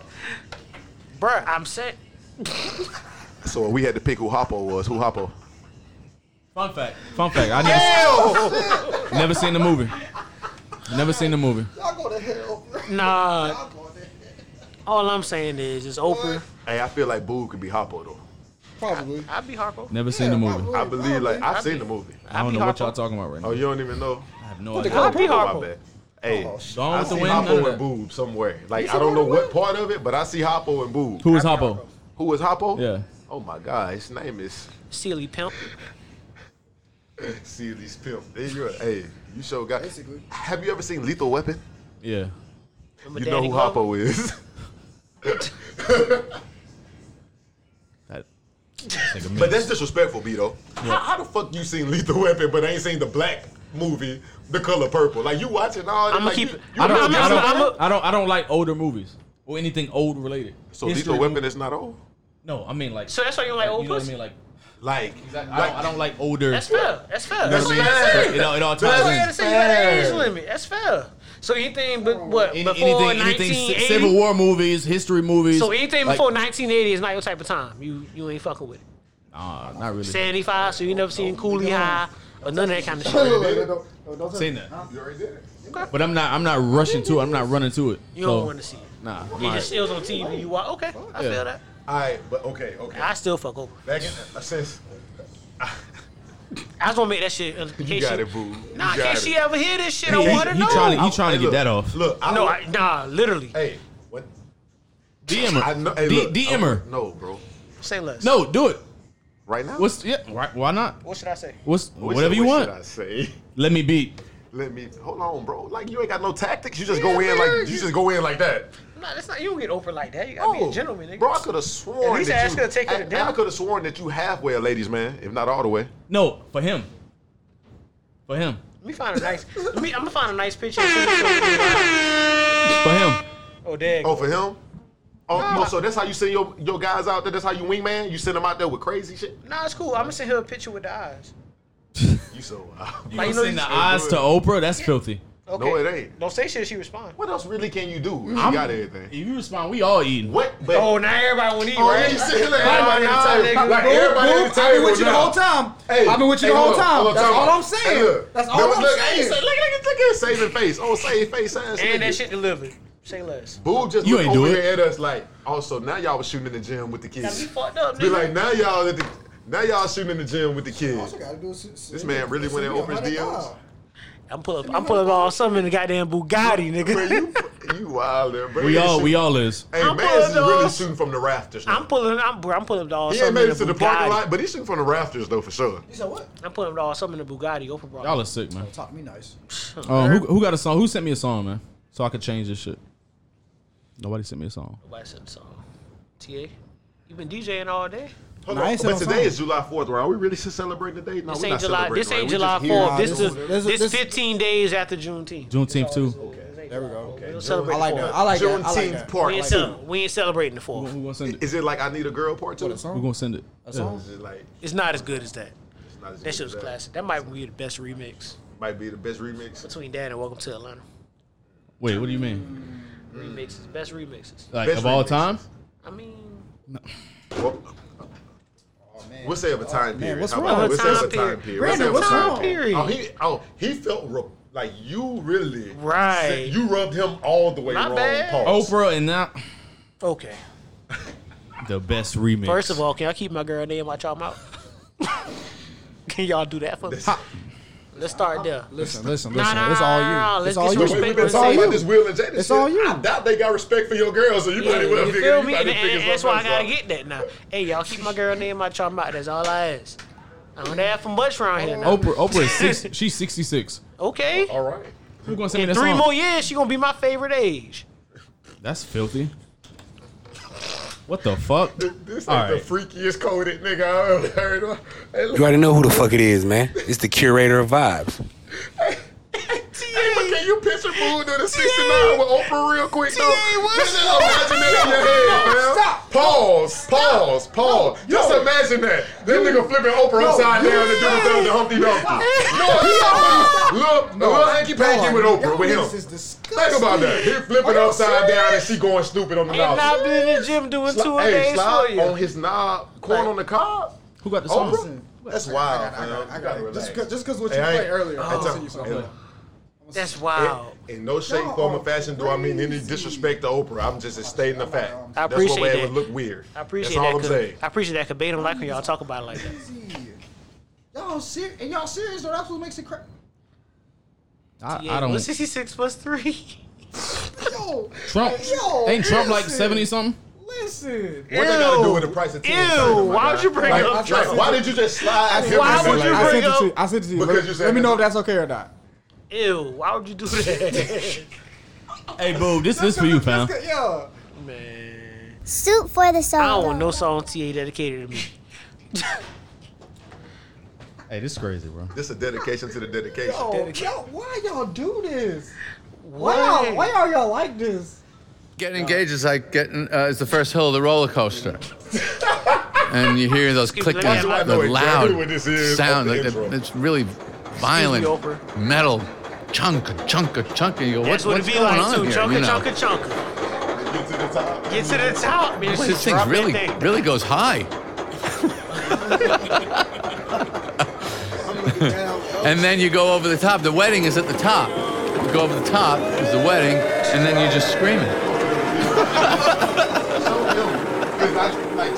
bruh, I'm saying
So we had to pick who Hoppo was. Who Hoppo?
Fun fact. Fun fact. I never, never seen the movie. Never seen the movie.
Y'all go to hell.
Nah. All I'm saying is it's Oprah.
Hey, I feel like Boo could be Hoppo though.
Probably.
I'd be Harpo.
Never seen the movie.
I believe like I've seen the movie.
I don't
be
know what
Harpo.
y'all talking about right now.
Oh, you don't even know.
I have no
I'd
idea.
be
Oh, my
Harpo.
bad. Hey,
Gone
I
with the
see
wind. none of
Hoppo
that.
and Boob somewhere. Like I don't know what part of it, but I see Hoppo and Boob.
Who is Hoppo?
Who is Hoppo?
Yeah.
Oh my God, his name is
Sealy Pimp.
Sealy's Pimp. There you are. Hey, you sure got.
Basically.
Have you ever seen Lethal Weapon?
Yeah.
Remember
you know
Danny
who
Glover?
Hoppo is.
That-
But that's disrespectful, B though. How, how the fuck you seen Lethal Weapon but ain't seen the black movie, The Color Purple? Like you watching all that?
I'ma
like,
keep
you-
it-
you
I don't,
know
I'm
I,
not-
Lethal
don't,
Weapon?
I'm not-
I don't. I don't like older movies or anything old related.
So
History
Lethal Weapon
movie-
is not old.
No, I mean like.
So that's why you don't like old
you know what I
pussy?
mean? Like,
Like,
I don't, I don't like older.
That's fair. That's fair.
That's
That's what I gotta
fair.
say.
it, all, it all
That's what I
ties
gotta
in.
say. You got an age
Fair.
limit. That's fair. So anything but what
Any-
before
anything, anything, ci-
1980.
Civil War movies, history movies.
So anything
like-
before 1980 is not your type of time. You you ain't fucking with it.
Nah, not really.
75, so you never seen Cooley High or none of that kind of shit.
Seen that.
you already did it.
But I'm not. I'm not rushing to it. I'm not running to it.
You don't
So,
want to see it.
Nah.
You just still on TV. You watch. Okay, I
Yeah.
feel that.
All right, but okay, okay.
I still fuck over.
Back in since
I just want to make that shit. in
you
case
got
she-
it, boo.
Nah,
you got
can
it.
she ever hear this shit?
He,
I
he,
want to
he
know.
trying to. He
I'm-
trying to
hey,
get
look,
that off.
Look, I
no,
don't-
I, nah, literally.
hey, what?
DM
I know. Hey,
her. D-
look, oh.
DM her.
I- No, bro.
Say less.
No, do it.
Right now.
What's yeah? Why, why not?
What should I say?
What's
What
whatever
should-
you
what
want.
Should I say?
Let me be.
Let me hold on, bro. Like you ain't got no tactics. You just go in like you just go in like that. Oh,
Nah, that's not. You don't get open like that. You gotta be a gentleman, nigga.
Bro, I could have
At
sworn
least
that
I asked her to take her to
I-
dinner.
I could have sworn that you halfway a ladies man, if not all the way.
No, for him. For him.
Let me find a nice. let me, I'm gonna find a nice picture. and send it to you.
For him.
Oh, there. you
Oh,
go.
for him. Oh, oh, so that's how you send your, your guys out there. That's how you wingman. You send them out there with crazy shit.
Nah, it's cool. I'm gonna send her a picture with the eyes.
You so wild.
You gonna
Like, you know
send the
these-
eyes to Oprah? That's filthy.
Okay.
No, it ain't.
Don't say shit. if She respond.
What else really can you do? If you
I'm-
got everything.
If you respond, we all eating.
What? But
Oh, now everybody want to eat,
Oh,
right?
yeah, you sitting there,
Everybody
everybody
at the
at the
table,
table.
nigga.
Everybody at the
I've been with you the
table
whole
now.
time. I've been with you
hey,
the whole
hold on, hold
time.
on,
That's
time
all
out.
I'm
Hey,
saying.
look.
That's
Look,
all I'm
look, hey, say-
saying.
Look, look, look, look, saving face. Oh, save face ass.
And
nigga.
that shit delivered. Say less.
Boo just
You
look
ain't do
over
it.
here at us like, also now y'all was shooting in the gym with the
Got me
kids.
fucked up,
Be
nigga.
like, now y'all at the, now y'all shooting in the gym with the kids.
This
This man really went and opened DMs.
I'm pulling. I'm pulling on something in the goddamn Bugatti,
Bro,
nigga.
you, you wild there, bro.
We
You
all
shoot-
we all is.
Hey,
I'm
man,
pulling
this is really
those-
shooting from the rafters. Now.
I'm pulling. I'm. bro, I'm pulling all
he ain't
something
made
in
it
the
to the parking
Bugatti.
lot, but he's shooting from the rafters though, for sure.
You said what?
I'm pulling all something in the Bugatti. Open bar.
Y'all are sick, man.
Talk to me nice.
Um, who, who got a song? Who sent me a song, man? So I could change this shit. Nobody sent me a song.
Nobody said the song. Ta, you been DJing all day.
Hold
Nah, I
on.
ain't said
But
no
today
song.
is July 4th, right? Are we really celebrating the day? No,
This
we're
ain't
not
July.
celebrating.
This ain't July
right? We just here.
Fourth. This
This
is
is- this is-
this
this-
15 days after Juneteenth.
Juneteenth too.
There
we go.
We don't celebrate.
I like
the
that. I like
fourth.
that. I like
Juneteenth
that.
part
We ain't,
two.
cel- we ain't celebrating the fourth.
Who gonna send it?
Is it like I need a girl part two?
What, a song?
Who gonna send it?
A song?
Is it like
It's not as good as that.
it's not as good
That
as
shit was classic. That might be the best remix
Might be the best remix.
between that and Welcome to Atlanta.
Wait, what do you mean?
Remixes, best remixes.
Like
Best
of all
remixes.
time?
I mean,
Well, Oh, We'll say of a time period.
Oh, what's
How
wrong?
about that?
Of a
We'll say of
time
a time
period.
period.
Brandon,
We'll say of a
what's
time period.
wrong?
Oh, he, oh, he felt ru- like you really
Right.
said- You rubbed him all the way
My
wrong.
bad.
Pause.
Oprah and now
okay.
the best remix.
First of all, can I keep my girl name out y'all mouth? can y'all do that for me? Let's start there.
Listen, listen,
Nah,
listen.
nah,
It's all
nah, nah,
you.
let's
It's
get
all
some
Wait,
you.
respect
we've
for
been
the
talking
same.
about this Will and Jada
It's
shit.
all you.
I doubt they got respect for your girl, so you might well
You
figure.
feel me?
might
And,
be figuring
and- and that's why
something
I gotta
else out.
get that now. Hey, y'all keep my girl name out y'all mouth. That's all I ask. I don't have for much around here now.
Oprah Oprah is six she's sixty six.
Okay.
All right.
Who gonna send me
In
that
three
song?
more years, she gonna be my favorite age.
That's filthy. What the fuck?
This is
All
the
right.
freakiest coded nigga I ever heard of. Hey, look,
You already know who the fuck it is, man. It's the curator of vibes.
hey, but can Can you picture Boone doing a 69 with Oprah real quick, though? Just imagine that in your head, man.
Stop.
Pause, pause, pause. Just imagine that. That nigga flipping Oprah upside down and doing the thing with the Humpty Dumpty. No, you talking about little, little hanky panky with Oprah, with
This is
him.
disgusting.
Think about that. He flipping
Are you
upside down and
serious?
she going stupid on the
And not
knob.
been in the gym doing two a
Hey,
days for
slide
you.
on his knob, corn on the cob.
Who got the
Oprah?
song?
That's
I
wild,
got, I got,
man.
I
You
got
gotta
it.
relax.
Just because just 'cause what
Hey,
you
I ain't-
played earlier.
Oh.
I'm gonna send you something.
That's wild.
In no shape,
Y'all
form,
are
or fashion do I mean any
crazy.
disrespect to Oprah. I'm just stating the fact.
I
That's
appreciate
what made
that.
it look weird.
I
That's
appreciate
all
that.
I'm
could-
saying.
I appreciate that. Could I'm like when y'all talk about it like that.
Y'all serious? And y'all serious? Though that's what makes it crazy.
I,
Yeah,
I
what's
don't.
66 plus 3?
Yo,
Trump.
Yo,
Ain't Trump like
listen.
seventy something?
listen.
What that got to do with the price of tea?
Ew.
in China,
Ew,
my
why
guy?
would you bring
Like,
up
like,
Trump?
Why did you just slide? him
Why
and say
would you
like
I
that?
bring
sent it to you.
up-
I sent it to you.
Because
Let,
you said
let me
that.
know if that's okay or not.
Ew, why would you do that?
Hey, boo, this is for you, fam.
Yeah.
Man.
Soup for the soul.
I don't want no song TA dedicated to me.
Hey, this is crazy, bro.
This is dedication to the dedication.
Yo, yo, why y'all do this?
What?
Why y'all, why y'all, y'all like this?
Getting engaged is like getting uh, is the first hill of the roller coaster. and you hear those
Excuse me,
clicking,
let me
the
ask-
I know
loud
exactly what this is
sound.
off the
Like the-
intro.
it's really violent,
Oprah.
metal, chunk, chunk, chunk. And you go,
That's
what,
what
what's
it be
going
like
on
too.
here?
Chunka,
you know?
chunka, chunka.
Get to the top.
Get to the top, man.
Boy,
Just
this thing
drop
really,
that thing.
really goes high. and then you go over the top. The wedding is at the top. You go over the top is the wedding, and then you're just screaming.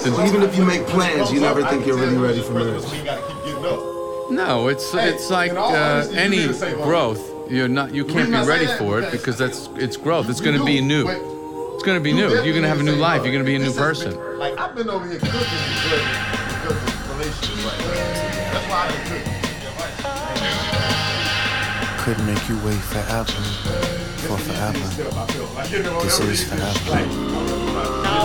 Even
Even if you make plans, you never think you're really ready for marriage.
You gotta keep getting up.
No, it's
Hey,
it's like
in all
uh,
honesty, you need
any
to say one.
growth. You're not. You can't
not
be
say
ready
that
for it
because-
because that's it's growth. It's
You
going to
do,
be new.
but
It's going to be new. You're going to have a new life. You're going to be a new person.
Like I've been over here cooking because because of relationships. Like that. that's why I didn't
Could make you wait forever for forever.
cook. I feel like you know,
This is forever.
Nah,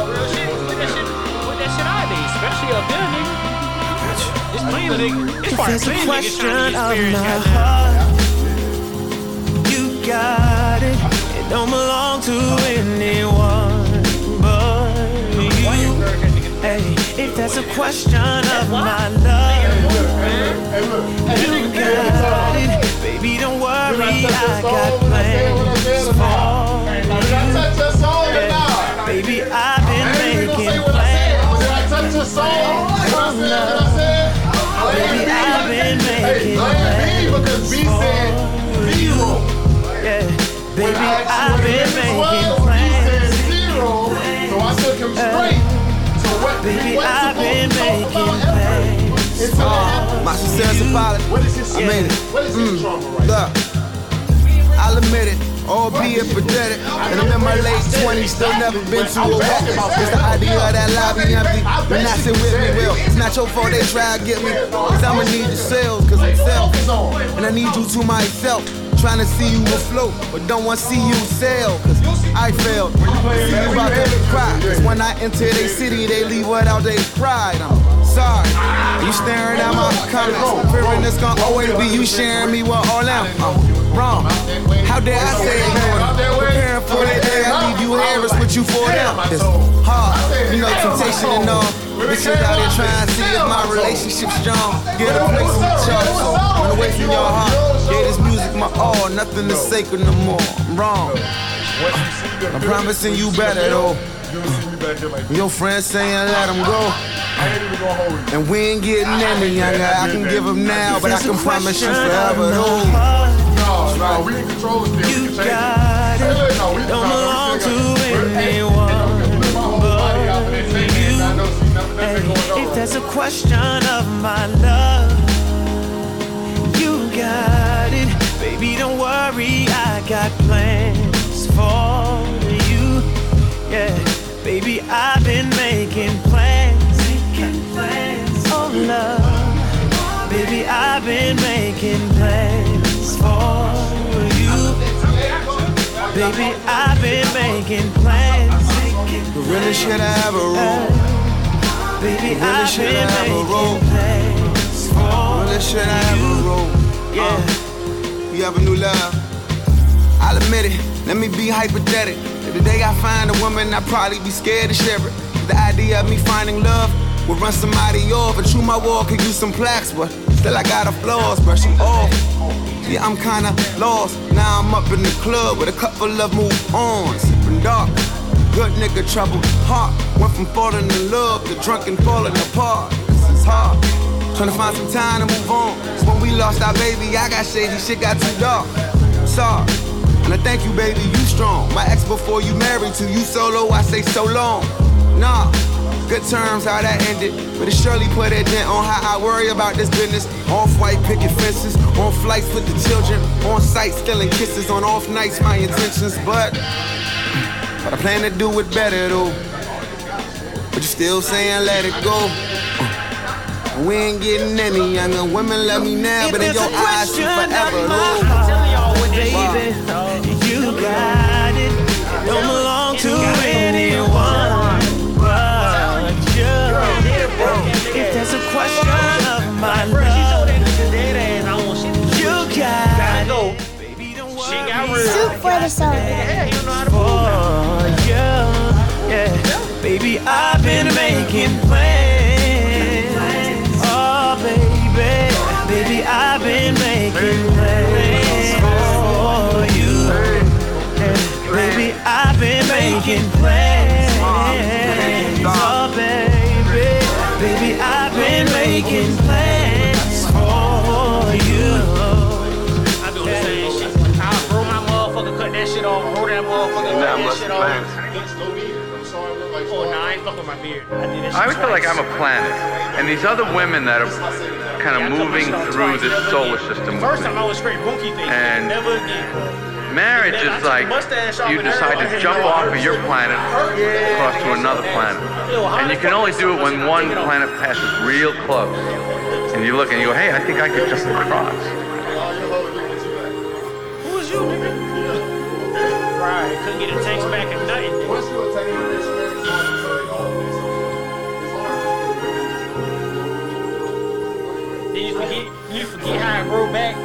real shit. Put that shit, put that shit out there, especially up there, nigga. It's plain, nigga. It's part of
There's a
plain, nigga,
question
trying
of
to
my
experience. goddamn.
heart. You got it. It don't belong to anyone but you. Hey, if that's a question of my love,
Hey, look. Hey, you
you
can carry the
got
time.
it. Baby, don't
Did I
worry,
touch
I
your soul
got
when I said what I
plans
said or not?
for
Did I touch your soul or not?
Baby, I've
Hey, you gonna
been
say
making
what I said?
plans.
Did I touch your soul? Did I say what I said?
Baby, I've been
Hey,
making
blame B because B said zero.
Yeah,
When
baby,
I asked
I've
what
been
this
making
was, he said
plans.
zero, so I took him straight. So what we
Baby, I've been
wasn't supposed to talk about
making
ever.
plans.
Until it happened.
My success is pilot.
What is his
I made it.
What is his trauma right now?
Look, I'll admit it, albeit pathetic. And I'm in my late 20s, still never been to a walk. It's the idea of that lobby empty. When I sit with me, well, it's not your fault they try to get me. Cause I'ma need the sales, cause I'm self. And I need you to myself. Trying to see you afloat, but don't want to see you sail. Cause I failed. See you about to cry. Cause when I enter they city, they leave without they pride. I'm sorry. You staring at my comments, fearing it's gonna always be you sharing me with all them. I'm wrong. How dare I say it? Preparing for the day I leave you harvest with you for them. It's hard. You know, temptation and all. Bitches out here trying to see if my relationship strong. Get a place with y'all. So run away from your heart. Gave this music my all. Nothing is sacred no more. I'm wrong.
I'm
promising you better, though.
You'll see me back here like
Your friends saying let them go.
I ain't even gonna hold you.
And we ain't getting any younger. I can give them now, but I can promise you forever though.
No, no, we in control still. We can change it.
got
Hey, look, no, we- no, no,
Don't
we
belong
still
to
got- we're- hey, hey,
anyone
no, we can flip my whole body out for that thing, and I know see nothing-
Hey,
nothing going on
if
right
there's a question of my love, you got it. Baby, don't worry, I got plans for you. Yeah, baby, I've been making plans. Oh, love. Baby, I've been making plans for you. Baby, I've been making plans.
But really should I ever roll?
Baby,
Really
I've
should
been
have a
making
role.
plans for
Really should I ever roll?
Yeah,
You have a new love. I'll admit it, let me be hypothetical. If the day I find a woman, I'd probably be scared to share it. The idea of me finding love would run somebody off. And through my wall could use some plaques, but still I got her flaws, brush 'em off. Yeah, I'm kinda lost. Now I'm up in the club with a couple of move ons. Sipping dark, good nigga trouble heart. Went from falling in love to drunk and falling apart. This is hard. Tryna find some time to move on. 'Cause when we lost our baby, I got shady, shit got too dark. Sorry. And I thank you, baby, you strong. My ex before you married to you solo, I say so long. Nah, good terms how that ended, but it surely put a dent on how I worry about this business. Off white picket fences, on flights with the children, on site stealing kisses, on off nights my intentions, but but I plan to do it better though. But you still saying let it go. Uh, We ain't getting any younger. Women love me now, but in your eyes, you forever though.
Baby, you got it. Don't belong to anyone but you. If there's a question of my love, you got it. She got real. Soup for the soul. Yeah, you know how to for you. Yeah. Baby, I've been making plans. Oh, baby. Baby, I've been making plans for you. Yeah. Baby, I've been making plans. Oh, baby. Baby, I've been making plans for you.
I do the same shit. I roll my motherfucker, cut that shit off, roll that motherfucker, cut that shit off. Oh, nah, I ain't fuck with my beard. I did that shit
I always feel
twice.
like I'm a planet, and these other women that are kind
Yeah, I
of
cut my
moving
shit off
through
twice,
this
never
solar
again.
system
First
with
time I
me.
was straight bunky thing.
And
never again.
Marriage
Then I
is
took
like
the mustache off
you
and
decide
everybody
to jump
knew I
off of
was
your
sick.
planet across to another planet, and you can only do it when one planet passes real close, and you look and you go, "Hey, I think I could jump across."
Who was you, nigga? Right, couldn't get a text back and nothing. Then you forget, you forget how it grew back.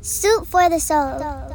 Soup for the soul.